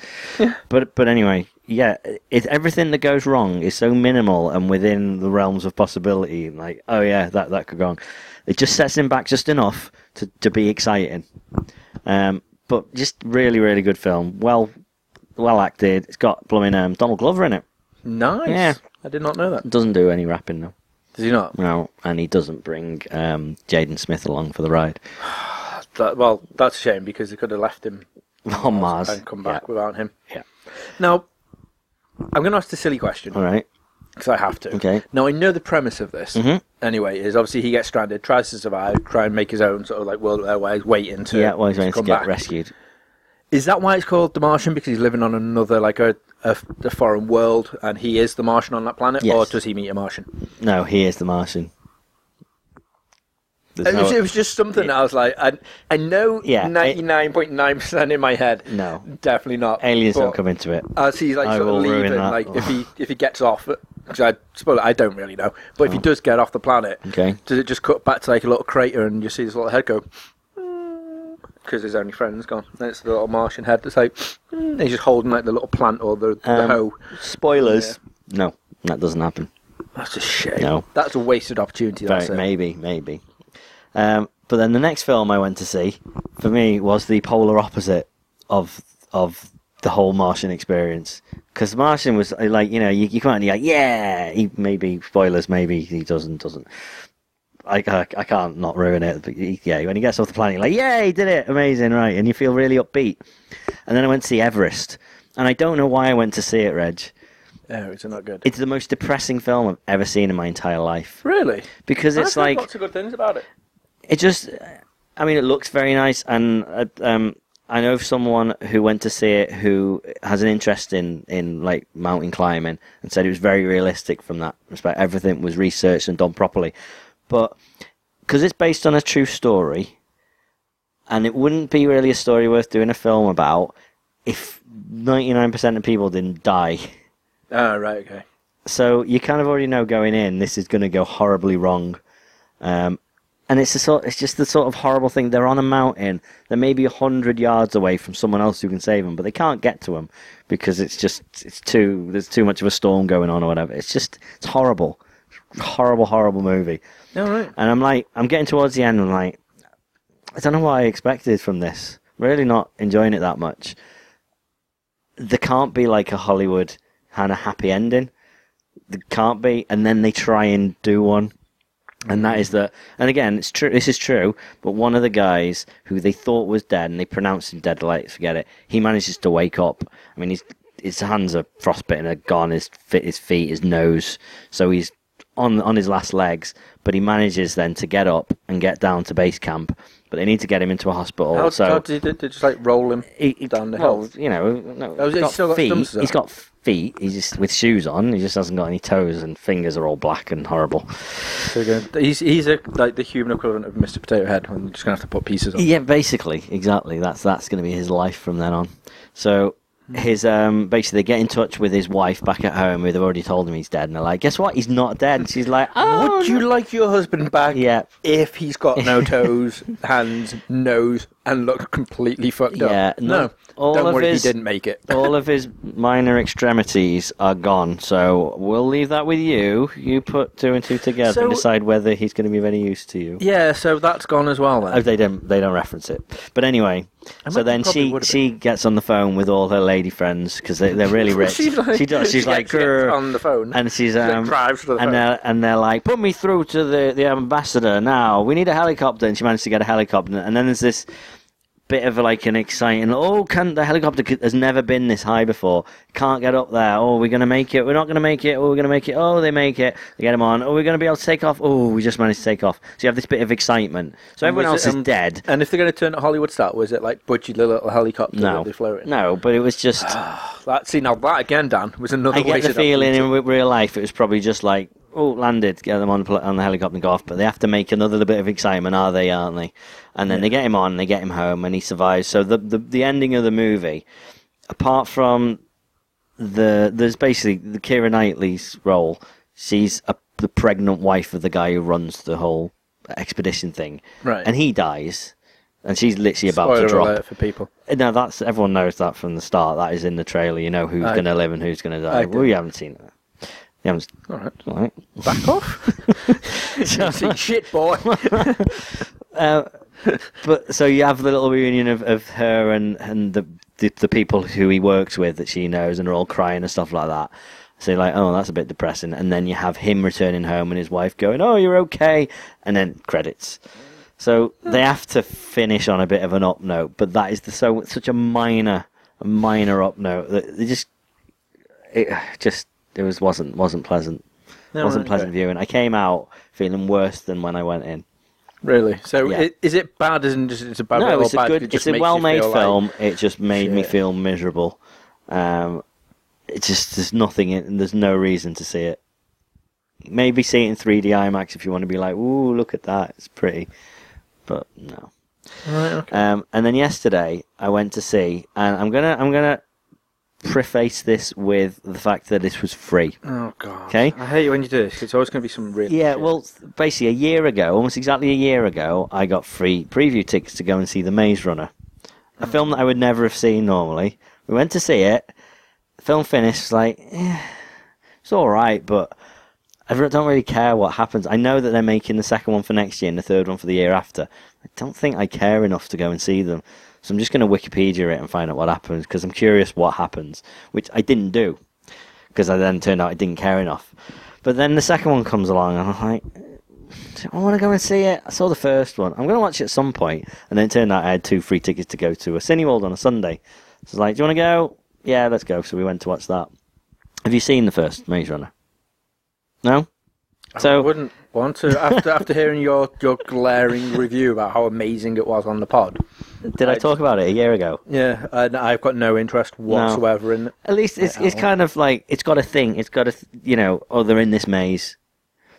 S3: But but anyway, yeah, it, everything that goes wrong is so minimal and within the realms of possibility. Like, oh yeah, that that could go wrong. It just sets him back just enough to, to be exciting. Um, but just really really good film. Well well acted. It's got blooming um, Donald Glover in it.
S1: Nice.
S3: Yeah.
S1: I did not know that.
S3: Doesn't do any rapping though.
S1: Did you not?
S3: No, and he doesn't bring um, Jaden Smith along for the ride
S1: That- well, that's a shame because they could have left him
S3: on Mars.
S1: and come back
S3: Yeah.
S1: without him.
S3: Yeah.
S1: Now, I'm going to ask the silly question
S3: All right.
S1: because I have to.
S3: Okay.
S1: Now I know the premise of this.
S3: Mhm.
S1: Anyway, is obviously he gets stranded, tries to survive, try and make his own sort of like world airways, waiting to
S3: yeah, well, he's going to
S1: come
S3: get
S1: back.
S3: rescued.
S1: Is that why it's called the Martian? Because he's living on another like a, a, a foreign world, and he is the Martian on that planet,
S3: Yes.
S1: or does he meet a Martian?
S3: No, he is the Martian. There's
S1: it, was,
S3: no-
S1: it was just something I was like, I, I know
S3: Yeah, it-
S1: ninety nine point nine percent in my head.
S3: No.
S1: definitely not.
S3: aliens don't
S1: But-
S3: come into it.
S1: as Uh, he's like
S3: I
S1: sort of
S3: will ruin
S1: leaving,
S3: that.
S1: like if he if he gets off, because I spoil it, I don't really know. But if he does get off the planet,
S3: Oh. Okay.
S1: does it just cut back to like a little crater and you see this little head go? Because his only friend's gone. And it's the little Martian head that's like "Mm," and he's just holding like the little plant or the, the
S3: Um,
S1: hoe.
S3: Spoilers. No, that doesn't happen.
S1: That's a shame.
S3: No.
S1: That's a wasted opportunity. That's
S3: Right,
S1: it.
S3: maybe, maybe. Um, but then the next film I went to see for me was the polar opposite of of the whole Martian experience. Because Martian was uh, like, you know, you, you can't be like, yeah, he, maybe spoilers, maybe he doesn't, doesn't. I, I, I can't not ruin it. But he- yeah, when he gets off the planet, you're like, yeah, he did it, amazing, right? And you feel really upbeat. And then I went to see Everest, and I don't know why I went to see it, Reg.
S1: Yeah, it's not good.
S3: It's the most depressing film I've ever seen in my entire life
S1: really.
S3: because it's
S1: I've heard
S3: like
S1: lots of good things about it.
S3: it just i mean it looks very nice and uh, um i know of someone who went to see it who has an interest in in like mountain climbing and said it was very realistic from that respect everything was researched and done properly but because it's based on a true story and it wouldn't be really a story worth doing a film about if 99% of people didn't die
S1: Ah, right. Okay.
S3: so you kind of already know going in this is going to go horribly wrong, um, and it's the sort. It's just the sort of horrible thing. They're on a mountain. They're maybe a hundred yards away from someone else who can save them, but they can't get to them because it's just it's too. There's too much of a storm going on or whatever. It's just it's horrible, horrible, horrible movie.
S1: All right.
S3: And I'm like, I'm getting towards the end. I'm like, I don't know what I expected from this. Really not enjoying it that much. There can't be like a Hollywood kind of happy ending. There can't be. And then they try and do one. And that is that. And again, it's true. This is true. But one of the guys who they thought was dead, and they pronounced him dead. Like, forget it. He manages to wake up. I mean, he's, his hands are frostbitten, are gone. His fit, his feet, his nose. So he's on on his last legs. But he manages then to get up and get down to base camp. But they need to get him into a hospital.
S1: How,
S3: Oh, so
S1: how did they, they just like roll him
S3: he, he-
S1: down the
S3: well,
S1: hill?
S3: You know, no,
S1: Oh,
S3: he's
S1: he's
S3: got
S1: still got
S3: feet.
S1: thumbs up.
S3: he's got feet. He's just with shoes on. He just hasn't got any toes, and fingers are all black and horrible.
S1: He's he's a, like the human equivalent of Mr. Potato Head. When you're just gonna have to put pieces on.
S3: Yeah, basically, exactly. That's that's going to be his life from then on. So his um basically they get in touch with his wife back at home who they've already told him he's dead and they're like guess what he's not dead and she's like oh
S1: Would you like your husband back
S3: Yeah.
S1: if he's got no toes, hands, nose, and looked completely fucked up?
S3: Yeah,
S1: no.
S3: no, all
S1: Don't
S3: of
S1: worry,
S3: his-
S1: he didn't make it.
S3: all of his minor extremities are gone so we'll leave that with you you put two and two together
S1: So-
S3: and decide whether he's going to be of any use to you
S1: yeah, so that's gone as well
S3: Oh,
S1: then.
S3: they don't. They don't reference it. But anyway,
S1: I
S3: so
S1: might-
S3: then
S1: probably
S3: she
S1: would've
S3: she gets on the phone with all her lady friends because they, they're really rich.
S1: She's like-
S3: she does.
S1: she
S3: She's like,
S1: gets- she gets
S3: "Grr,"
S1: on the phone.
S3: and she's
S1: She, like,
S3: um,
S1: drives to the
S3: and
S1: phone.
S3: they're and they're like, put me through to the the ambassador now. We need a helicopter, and she managed to get a helicopter. And then there's this bit of like an exciting. Oh, can the helicopter c- has never been this high before? Can't get up there. Oh, we're gonna make it. We're not gonna make it. Oh, we're gonna make it. Oh, they make it. They get them on. Oh, we're gonna be able to take off. Oh, we just managed to take off. So you have this bit of excitement. So everyone
S1: was
S3: else
S1: it,
S3: is
S1: um,
S3: dead.
S1: And if they're going to turn it Hollywood style, was it like budgie little helicopter
S3: No,
S1: that they flew in?
S3: no, but it was just.
S1: That, see, now that again, Dan, was another
S3: I get
S1: wasted
S3: the feeling
S1: opportunity.
S3: in re- real life it was probably just like, oh, landed, get them on, pl- on the helicopter and go off. But they have to make another little bit of excitement, are they, aren't they? And then they get him on, they get him home, and he survives. So the, the, the ending of the movie, apart from the, there's basically the Kira Knightley's role, she's a, the pregnant wife of the guy who runs the whole expedition thing.
S1: Right.
S3: And he dies. And she's literally about
S1: Spoiler
S3: to drop.
S1: alert for people.
S3: No, that's everyone knows that from the start. That is in the trailer. You know who's
S1: I-
S3: going to live and who's going to die.
S1: I
S3: well,
S1: did.
S3: you haven't seen that. You haven't.
S1: All right,
S3: All right.
S1: back off. You see, shit, boy.
S3: Uh, but so you have the little reunion of, of her and and the, the the people who he works with that she knows and are all crying and stuff like that. So you're like, oh, that's a bit depressing. And then you have him returning home and his wife going, oh, you're okay. And then credits. So they have to finish on a bit of an up note, but that is the, so such a minor, minor up note that they just it just it was wasn't wasn't pleasant. wasn't
S1: right,
S3: pleasant
S1: okay.
S3: viewing. I came out feeling worse than when I went in.
S1: Really? So,
S3: Yeah.
S1: i- is it bad? As in, just it's a bad?
S3: no,
S1: or
S3: it's a
S1: bad
S3: good,
S1: it just
S3: it's a
S1: makes you
S3: well-made
S1: feel like-
S3: film. It just made me
S1: Shit.
S3: feel miserable. Um, it just there's nothing, in, there's no reason to see it. Maybe see it in 3D IMAX if you want to be like, ooh, look at that, it's pretty. But no.
S1: Right, okay.
S3: Um, and then yesterday I went to see, and I'm gonna I'm gonna preface this with the fact that this was free.
S1: Oh god.
S3: 'Kay.
S1: I hate when you do this. It's always going to be some real.
S3: Yeah,
S1: shit.
S3: well, basically a year ago, almost exactly a year ago, I got free preview tickets to go and see The Maze Runner, a film that I would never have seen normally. We went to see it. The film finished. was like, eh, it's all right, but I re- don't really care what happens. I know that they're making the second one for next year and the third one for the year after. I don't think I care enough to go and see them. So I'm just going to Wikipedia it and find out what happens because I'm curious what happens, which I didn't do because I then turned out I didn't care enough. But then the second one comes along, and I'm like, I want to go and see it. I saw the first one. I'm going to watch it at some point. And then it turned out I had two free tickets to go to a Cineworld on a Sunday. So I was like, do you want to go? Yeah, let's go. So we went to watch that. Have you seen the first Maze Runner? No?
S1: I
S3: So
S1: wouldn't want to after after hearing your your glaring review about how amazing it was on the pod.
S3: did I talk about it a year ago?
S1: Yeah, and I've got no interest whatsoever in.
S3: At least it's it's
S1: Yeah.
S3: kind of like it's got a thing. It's got a th- you know. Oh, they're in this maze.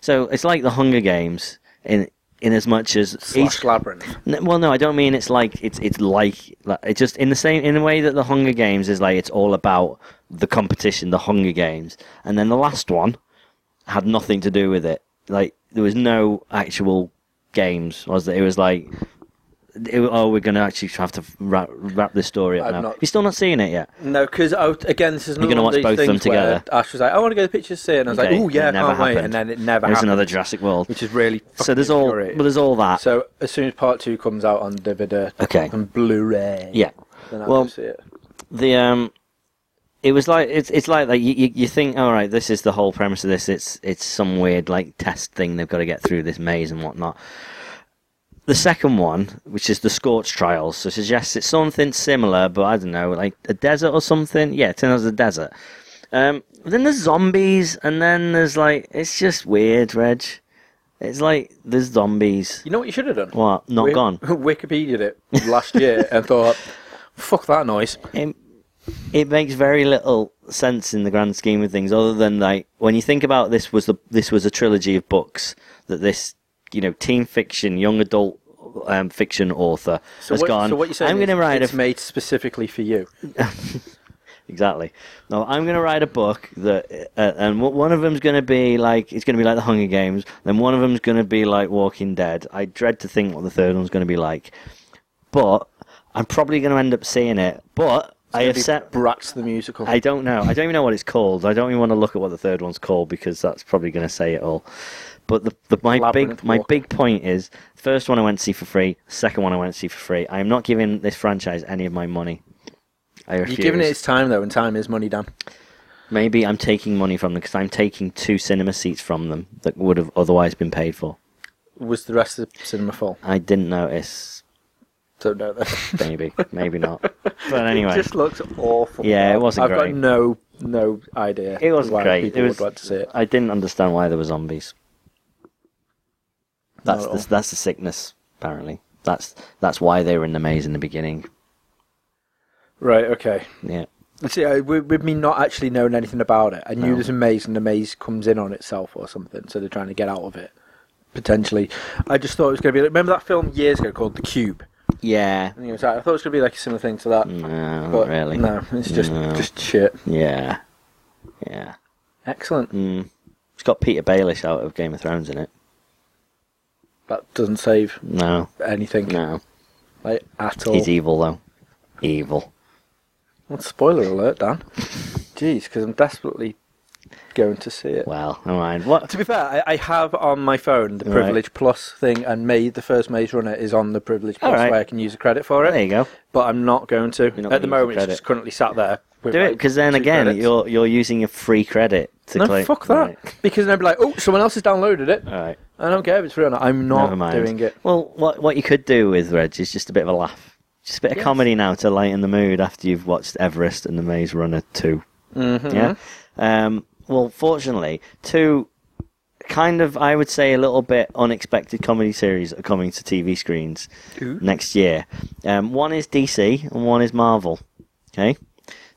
S3: So it's like the Hunger Games in in as much as
S1: Slash labyrinth.
S3: N- Well, no, I don't mean it's like it's it's like, like it's just in the same in the way that the Hunger Games is like it's all about the competition, the Hunger Games, and then the last one had nothing to do with it. Like there was no actual games, was there? It was like, it, oh, we're gonna actually have to wrap, wrap this story up
S1: I've
S3: now.
S1: not-
S3: You're still not seeing it yet.
S1: No, because again, this is
S3: You're
S1: another one
S3: gonna
S1: of
S3: watch
S1: these
S3: both of them
S1: things where
S3: together.
S1: Ash was like, "I want to go to the pictures see," and I was
S3: Okay,
S1: like, "Oh yeah,
S3: it
S1: I
S3: never
S1: can't wait!"
S3: happened.
S1: And then it never
S3: It was
S1: happened,
S3: another Jurassic World.
S1: which is really
S3: So there's all, well, there's all that.
S1: So as soon as part two comes out on DVD
S3: Ah. Okay.
S1: and Blu-ray,
S3: yeah.
S1: then I'll
S3: Well,
S1: go see it.
S3: the um it was like it's it's like like you, you you think all right this is the whole premise of this it's it's some weird like test thing they've got to get through this maze and whatnot the second one which is the scorch trials so suggests it's something similar but i don't know like a desert or something yeah it turns out it's a desert um then there's zombies and then there's like it's just weird reg it's like there's zombies
S1: You know what you should have done?
S3: what not
S1: Wi-
S3: gone
S1: Wikipedia'd it last year and thought, "Fuck that noise."
S3: it, it makes very little sense in the grand scheme of things other than like when you think about this was the this was a trilogy of books that this you know teen fiction young adult um, fiction author has
S1: what,
S3: gone
S1: so what you're saying
S3: i'm going to
S1: is
S3: write a
S1: it's made specifically for you.
S3: exactly. No, I'm going to write a book that, uh, and w- one of them's going to be like it's going to be like the Hunger Games. Then one of them's going to be like Walking Dead. I dread to think what the third one's going to be like, but I'm probably going to end up seeing it. But I
S1: It'd
S3: have
S1: be
S3: set.
S1: Bratz the musical.
S3: I don't know. I don't even know what it's called. I don't even want to look at what the third one's called because that's probably going to say it all. But the, the my
S1: Labyrinth
S3: big my
S1: Walk.
S3: big point is the first one I went to see for free, second one I went to see for free. I am not giving this franchise any of my money. I
S1: You're
S3: refuse.
S1: giving it its time though, and time is money, Dan.
S3: Maybe I'm taking money from them because I'm taking two cinema seats from them that would have otherwise been paid for.
S1: Was the rest of the cinema full?
S3: I didn't notice.
S1: So no, then.
S3: Maybe, maybe not. But anyway,
S1: it just looks awful.
S3: Yeah, it wasn't
S1: I've
S3: great.
S1: got no no idea.
S3: it wasn't
S1: why
S3: great.
S1: People
S3: It was.
S1: would want to see it.
S3: I didn't understand why there were zombies. That's
S1: Not at
S3: the, that's the sickness. Apparently, that's that's why they were in the maze in the beginning.
S1: Right. Okay.
S3: Yeah,
S1: See, I, with, with me not actually knowing anything about it, I knew
S3: No.
S1: there's a maze and the maze comes in on itself or something, so they're trying to get out of it, potentially. I just thought it was going to be like, remember that film years ago called The Cube?
S3: yeah.
S1: And it was like- I thought it was going to be like a similar thing to that.
S3: No,
S1: but
S3: Mm, not really.
S1: No, it's just,
S3: No.
S1: just shit.
S3: Yeah, yeah.
S1: Excellent.
S3: Mm. It's got Peter Baelish out of Game of Thrones in it.
S1: That doesn't save
S3: No,
S1: anything
S3: no.
S1: like, at all.
S3: He's evil though. Evil.
S1: Well, spoiler alert, Dan. Jeez, because I'm desperately going to see it.
S3: Well, never mind. What?
S1: To be fair, I, I have on my phone the
S3: Right.
S1: Privilege Plus thing, and May the first Maze Runner is on the Privilege
S3: All
S1: Plus,
S3: right.
S1: where I can use a credit for it.
S3: There you go.
S1: But I'm not going to.
S3: not
S1: At the
S3: gonna use the
S1: moment, it's
S3: credit.
S1: just currently sat there. with,
S3: Do it
S1: like,
S3: because then
S1: two
S3: again,
S1: credits.
S3: you're you're using a free credit to
S1: no
S3: claim.
S1: fuck that. Because they'll be like, oh, someone else has downloaded it.
S3: All right.
S1: I don't care if it's free or not. I'm not
S3: Never mind.
S1: doing it.
S3: Well, what what you could do with Reg is just a bit of a laugh, just a bit of
S1: Yes.
S3: comedy now to lighten the mood after you've watched Everest and The Maze Runner 2
S1: Mhm.
S3: Yeah. Um. Well, fortunately, two kind of I would say a little bit unexpected comedy series are coming to TV screens
S1: Ooh.
S3: next year. Um. One is DC and one is Marvel. Okay.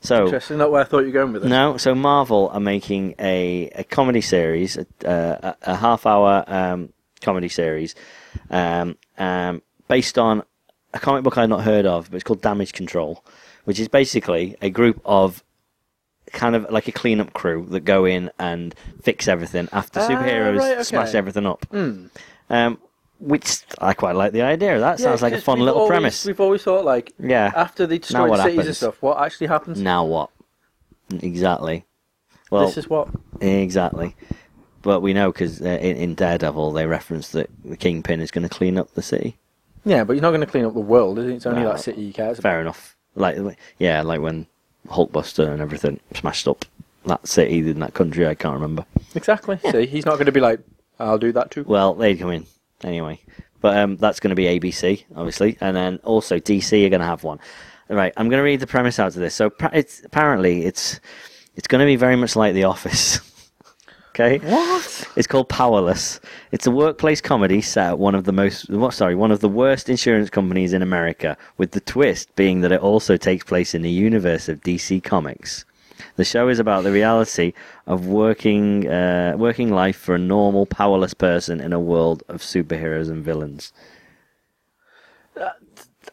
S3: So.
S1: Interesting. Not where I thought you were going with it.
S3: No, so Marvel are making a, a comedy series, a, a, a half hour um, comedy series, um, um, based on a comic book I've not heard of, but it's called Damage Control, which is basically a group of kind of like a cleanup crew that go in and fix everything after
S1: Ah,
S3: superheroes
S1: right, okay.
S3: smash everything up.
S1: Hmm.
S3: Um, which I quite like the idea. That
S1: Yeah,
S3: sounds like a
S1: 'cause
S3: fun
S1: we've
S3: little
S1: always-
S3: premise.
S1: We've always thought, like,
S3: Yeah.
S1: after they
S3: Now
S1: destroy
S3: what
S1: cities and
S3: happens?
S1: stuff, what actually happens?
S3: Now what? Exactly. Well,
S1: this is what.
S3: Exactly. But we know because uh, in, in Daredevil they reference that the Kingpin is going to clean up the city.
S1: Yeah, but you're not going to clean up the world, is it? It's only
S3: No.
S1: that city you cares about.
S3: Fair enough. Like yeah, like when Hulkbuster and everything smashed up that city in that country. I can't remember.
S1: Exactly. See, he's not going to be like, I'll do that too.
S3: Well, they'd come in anyway. But um, that's going to be ABC, obviously, and then also DC are going to have one. Right, I'm going to read the premise out of this. So pra- it's apparently it's it's going to be very much like The Office. okay.
S1: What?
S3: It's called Powerless. It's a workplace comedy set at one of the most, what, sorry, one of the worst insurance companies in America, with the twist being that it also takes place in the universe of DC Comics. The show is about the reality of working, uh, working life for a normal, powerless person in a world of superheroes and villains.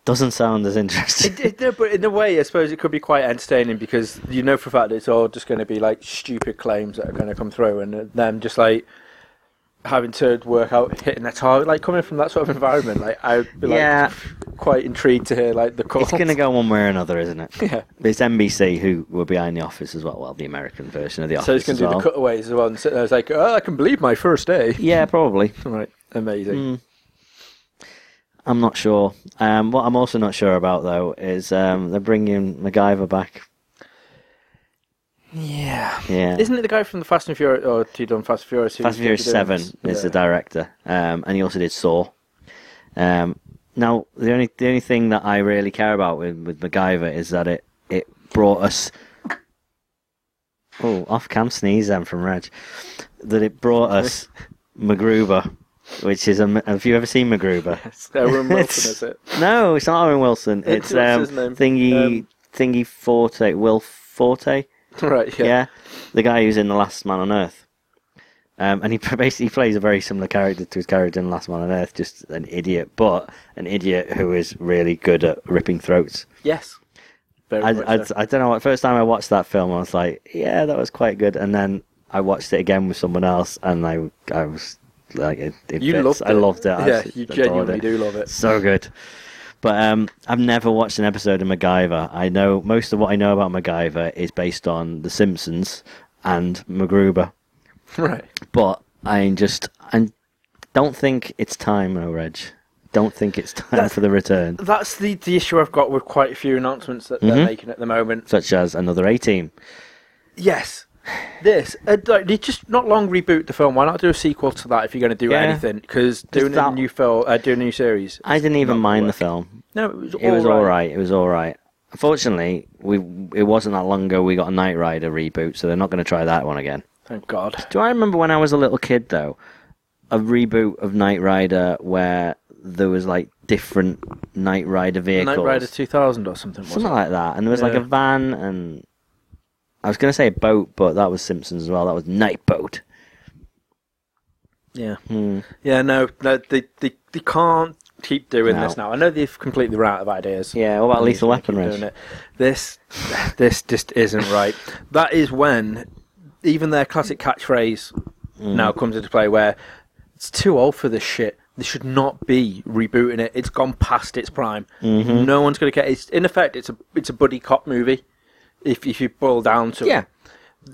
S3: Doesn't sound as interesting.
S1: It, it, no, but in a way, I suppose it could be quite entertaining because you know for a fact it's all just going to be like stupid claims that are going to come through, and uh, them just like having to work out hitting their target. Like coming from that sort of environment, like I'd be like
S3: Yeah.
S1: quite intrigued to hear like the call.
S3: It's going to go one way or another, isn't it?
S1: Yeah.
S3: It's NBC who were behind The Office as well. Well, the American version of The Office.
S1: So it's going
S3: as
S1: to do
S3: well.
S1: the cutaways as well, and sit there, it's like, oh, I can believe my first day.
S3: Yeah, probably.
S1: Right, amazing.
S3: Mm. I'm not sure. Um, what I'm also not sure about though is um, they're bringing MacGyver back.
S1: Yeah.
S3: Yeah,
S1: Isn't it the guy from the Fast and Furious or two done Fast and Furious? who
S3: Fast and
S1: did
S3: Furious
S1: the
S3: Seven
S1: doings?
S3: is the
S1: Yeah.
S3: director, um, and he also did Saw. Um, now the only the only thing that I really care about with with MacGyver is that it it brought us. Oh, off cam sneeze then from Reg. That it brought us MacGruber, which is a. m- Have you ever seen MacGruber?
S1: It's Owen Wilson,
S3: It's-
S1: is it?
S3: No, it's not Owen Wilson. It's,
S1: It's-
S3: um,
S1: what's his name?
S3: thingy
S1: Um,
S3: thingy Forte. Will Forte.
S1: Right,
S3: Yeah.
S1: yeah.
S3: the guy who's in The Last Man on Earth. Um, and he basically plays a very similar character to his character in Last Man on Earth, just an idiot, but an idiot who is really good at ripping throats.
S1: Yes. Very
S3: I,
S1: much
S3: I,
S1: so.
S3: I don't know. First time I watched that film, I was like, "Yeah, that was quite good." And then I watched it again with someone else, and I, I was like, it, it
S1: You
S3: fits.
S1: loved it.
S3: I loved it. I
S1: Yeah,
S3: absolutely
S1: you
S3: adored
S1: genuinely
S3: it.
S1: do love it.
S3: So good. But um, I've never watched an episode of MacGyver. I know most of what I know about MacGyver is based on The Simpsons and MacGruber,
S1: Right.
S3: but I just I don't think it's time, oh Reg. Don't think it's time for the return,
S1: That's the, the issue I've got with quite a few announcements that
S3: Mhm.
S1: they're making at the moment.
S3: such as another A Team.
S1: Yes. this. Uh, like, they just not long reboot the film. Why not do a sequel to that if you're going to do
S3: Yeah.
S1: anything? Because doing a
S3: that-
S1: new film, uh, doing a new series.
S3: I didn't even
S1: Not
S3: mind
S1: work.
S3: the film.
S1: No, it was
S3: It was all right. It was all right. Unfortunately, we it wasn't that long ago we got a Knight Rider reboot, so they're not going to try that one again.
S1: Thank God.
S3: Do I remember when I was a little kid though, a reboot of Knight Rider where there was like different Knight Rider vehicles,
S1: Night Rider 2000 or something. was
S3: something like that, and there was like
S1: Yeah.
S3: a van and I was going to say a boat, but that was Simpsons as well. That was Night Boat.
S1: Yeah.
S3: Hmm.
S1: Yeah, no, no, they, they, they can't keep doing
S3: No.
S1: this now. I know they've completely run out of ideas.
S3: Yeah, what about
S1: And they
S3: Lethal
S1: just wanna
S3: Weapon,
S1: keep
S3: Rich?
S1: doing it. This, this just isn't right. That is when even their classic catchphrase
S3: Hmm. Mm.
S1: now comes into play where it's too old for this shit. They should not be rebooting it. It's gone past its prime.
S3: Mm-hmm.
S1: No one's going to get it. In effect, it's a it's a buddy cop movie. If if you boil down to it
S3: Yeah,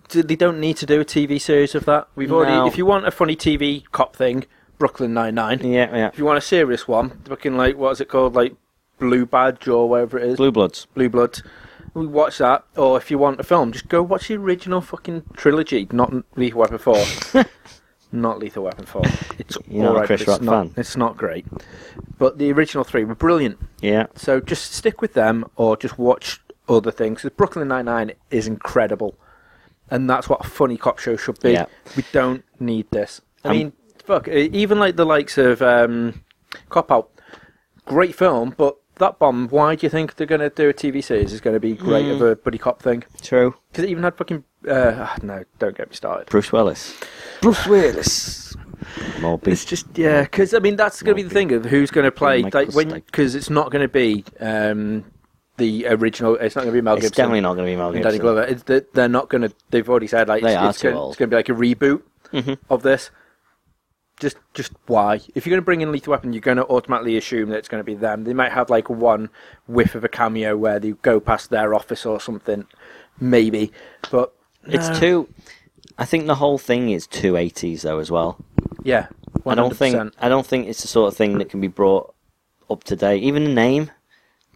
S1: d- they don't need to do a TV series of that. We've already.
S3: No.
S1: If you want a funny TV cop thing, Brooklyn Nine Nine.
S3: yeah, yeah.
S1: If you want a serious one, fucking like what is it called, like Blue Badge or whatever it is, Blue,
S3: Blue Bloods.
S1: Bloods. We watch that. Or if you want a film, just go watch the original fucking trilogy, not Lethal Weapon Four. Not Lethal Weapon 4. It's
S3: You're not a
S1: alright,
S3: Chris
S1: but it's
S3: Rock
S1: not,
S3: fan.
S1: It's not great. But the original three were brilliant.
S3: Yeah.
S1: So just stick with them or just watch other things. 'Cause Brooklyn Nine-Nine is incredible. And that's what a funny cop show should be.
S3: Yeah.
S1: We don't need this. I
S3: Um,
S1: mean, fuck, e- even like the likes of um, Cop Out. Great film, but that bomb, why do you think they're going to do a TV series? Is going to be great of a buddy cop thing?
S3: True.
S1: Because it even had fucking... Uh, ah, no, don't get me started.
S3: Bruce Willis.
S1: Bruce Willis.
S3: More
S1: It's just yeah, because I mean that's going to be the thing of who's going to play
S3: Michael
S1: like, when
S3: Stipe.
S1: because it's not going to be um, the original. It's not going to be Mel
S3: It's
S1: Gibson.
S3: definitely not going to be Mel
S1: and Danny
S3: Gibson.
S1: Glover. It's, they- they're not going to. They've already said like
S3: They
S1: it's,
S3: are
S1: it's
S3: too
S1: gonna,
S3: old. Mm-hmm.
S1: It's going to be like a reboot of this. Just just why? If you're going to bring in Lethal Weapon, you're going to automatically assume that it's going to be them. They might have like one whiff of a cameo where they go past their office or something, maybe. But no.
S3: It's too. I think the whole thing is two eighties though as well.
S1: yeah. 100%.
S3: I don't think I don't think it's the sort of thing that can be brought up to date. Even the name,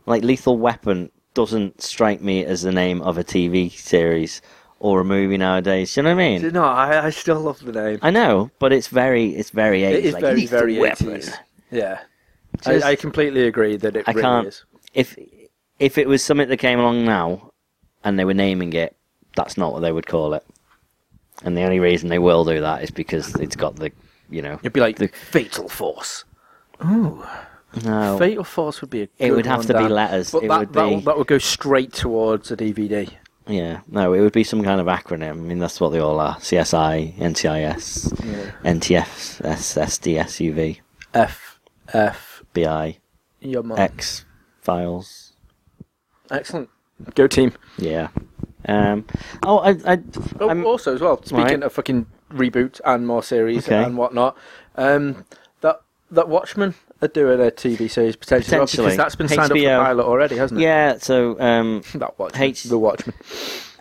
S3: like Lethal Weapon, doesn't strike me as the name of a TV series or a movie nowadays. Do you know what I mean?
S1: No, I, I still love the name.
S3: I know, but it's very it's very eighties.
S1: It is
S3: like,
S1: very,
S3: Lethal
S1: very
S3: Weapon.
S1: 80s. Yeah.
S3: Just-
S1: I, I completely agree that it
S3: I
S1: really
S3: can't-
S1: is.
S3: If if it was something that came along now, and they were naming it, that's not what they would call it. And the only reason they will do that is because it's got the you know
S1: It'd be like
S3: the-
S1: Fatal Force.
S3: no.
S1: Fatal Force would be a good
S3: Oh. would have
S1: one,
S3: to be
S1: Dan.
S3: letters.
S1: But
S3: It
S1: that,
S3: would
S1: that,
S3: be-
S1: that would go straight towards a DVD.
S3: Yeah, no, it would be some kind of acronym. I mean, that's what they all are: CSI, NCIS, NTF, SSDSUV,
S1: F. F.
S3: BI,
S1: Your mom.
S3: X files.
S1: Excellent. Go team.
S3: Yeah. Um. Oh, I, I,
S1: Oh,
S3: I'm-
S1: also, as well, speaking
S3: Right.
S1: of fucking reboot and more series
S3: Okay.
S1: and whatnot, um, that that Watchmen are doing a TV series potentially, as well,
S3: Potentially.
S1: because that's been signed up
S3: HBO.
S1: for pilot already, hasn't it?
S3: yeah. So, um,
S1: That Watchmen.
S3: H-
S1: the Watchmen.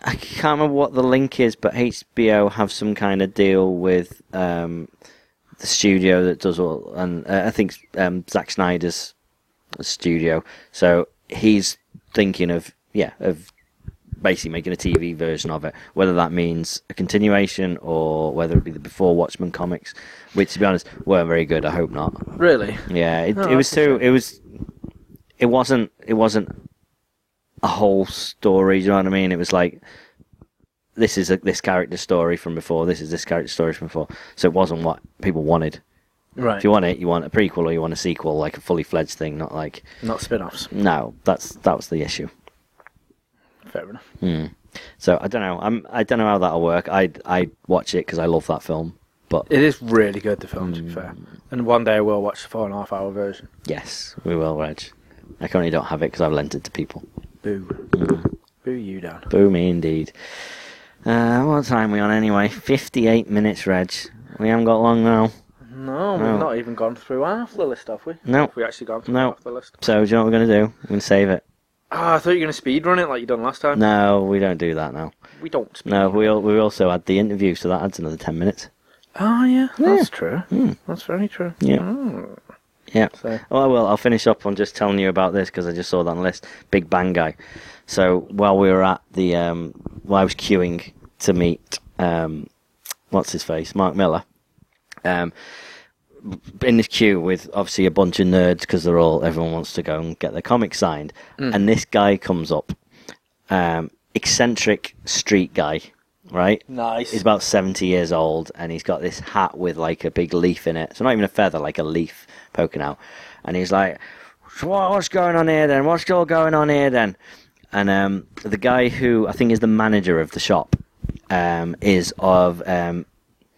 S3: I can't remember what the link is, but HBO have some kind of deal with um the studio that does all, and uh, I think um Zack Snyder's studio. So he's thinking of yeah of basically making a TV version of it, whether that means a continuation or whether it be the before Watchmen comics, which to be honest weren't very good. I hope not.
S1: Really?
S3: Yeah, it,
S1: Oh,
S3: it was
S1: that's a
S3: too. It was. It wasn't. It wasn't a whole story. Do you know what I mean? It was like this is a, this character story from before. This is this character story from before. So it wasn't what people wanted.
S1: Right.
S3: If you want it, you want a prequel or you want a sequel, like a fully fledged thing, not like
S1: Not spin offs.
S3: no. That's that was the issue. Hmm.
S1: Fair enough.
S3: So I don't know. I'm. I don't know how that'll work. I I watch it because I love that film. But
S1: It is really good, the film, to
S3: Hmm.
S1: be fair. And one day I will watch the four and a half hour version.
S3: yes, we will, Reg. I currently don't have it because I've lent it to people. Hmm.
S1: Boo. Boo you down.
S3: Boomy indeed. Uh, what time we on anyway? 58 minutes, Reg. We haven't got long now.
S1: No, we've
S3: No.
S1: not even gone through half the list, have we?
S3: No.
S1: Have we actually gone through
S3: No.
S1: half the list?
S3: So, do you know what we're going to do? We're going to save it.
S1: Ah, I thought you were going to speedrun it like you done last time.
S3: No, we don't do that now.
S1: We don't speed.
S3: No, we al- we also had the interview, so that adds another 10 minutes.
S1: Oh, yeah, that's true. That's very true.
S3: Hmm. Yeah.
S1: Mm.
S3: Yeah.
S1: So-
S3: Oh, well, I'll finish up on just telling you about this because I just saw that on the list. Big Bang Guy. So, while we were at the, um, while I was queuing to meet um, what's his face, Mark Miller, um, in this queue with obviously a bunch of nerds because they're all everyone wants to go and get their comics signed, and this guy comes up, um, eccentric street guy, right?
S4: Nice.
S3: He's about 70 years old and he's got this hat with like a big leaf in it. So not even a feather, like a leaf poking out. And he's like, "So what, what's going on here then? What's all going on here then? And um, the guy who I think is the manager of the shop um, is of um,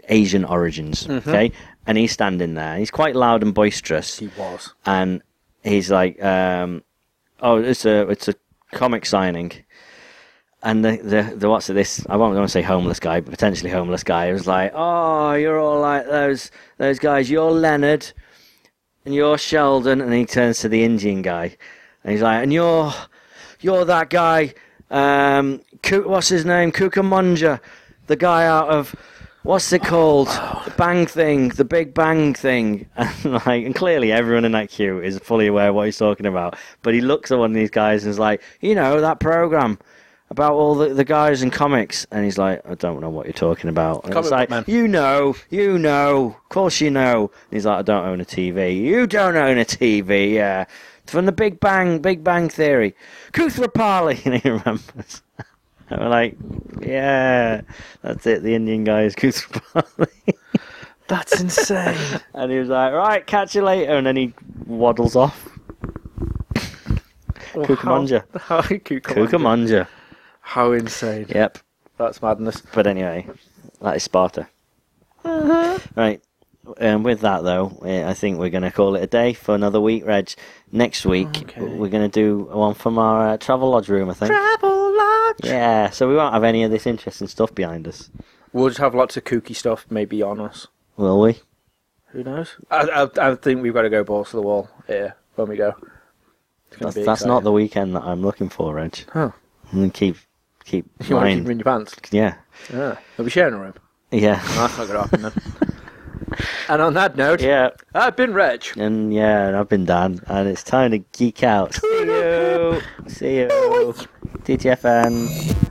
S3: Asian origins, okay? And he's standing there. He's quite loud and boisterous
S4: was.
S3: and he's like, um, "Oh, it's a it's a comic signing." And the, the the what's it this? I won't want to say homeless guy, but potentially homeless guy was like, "Oh, you're all like those those guys. You're Leonard, and you're Sheldon." And he turns to the Indian guy, and he's like, "And you're you're that guy. Um, Ku- what's his name? Kukamunja, the guy out of what's it called? The Bang thing, the Big Bang thing. And like, and clearly everyone in that queue is fully aware what he's talking about. But he looks at one of these guys and is like, you know, that program. About all the, the guys in comics, and he's like, I don't know what you're talking about. And
S1: Comic
S3: it's like,
S1: book man.
S3: you know, you know, of course you know. And he's like, I don't own a TV. You don't own a TV, yeah. It's From the Big Bang, Big Bang Theory. Kuthra Pali, and he remembers. And we're like, yeah, that's it. The Indian guy is Kuthra Pali.
S1: That's insane.
S3: and he was like, right, catch you later. And then he waddles off. Kukumanja.
S1: How, how, Cucumanja.
S3: Kukumanja.
S1: How insane.
S3: Yep.
S1: That's madness.
S3: But anyway, that is Sparta.
S1: Uh-huh.
S3: Right. Um, with that though, eh, I think we're going to call it a day for another week, Reg. Next week
S1: Okay.
S3: we're going to do one from our uh, travel lodge room, I think.
S1: Travel
S3: Yeah. So we won't have any of this interesting stuff behind us,
S1: We'll just have lots of kooky stuff maybe on us.
S3: will we?
S1: Who knows? I, I, I think we've got to go balls to the wall here when we go. It's gonna
S3: That's,
S1: be
S3: that's not
S1: exciting.
S3: the weekend that I'm looking for, Reg.
S1: Oh.
S3: And keep keep
S1: You want to keep
S3: mind.
S1: them in your pants?
S3: Yeah.
S1: Yeah. They'll be sharing a room.
S3: Yeah.
S1: No, that's not going to happen then. and on that note,
S3: yeah.
S1: I've been Reg.
S3: And yeah, and I've been Dan, and it's time to geek out. See you. See you. TTFN.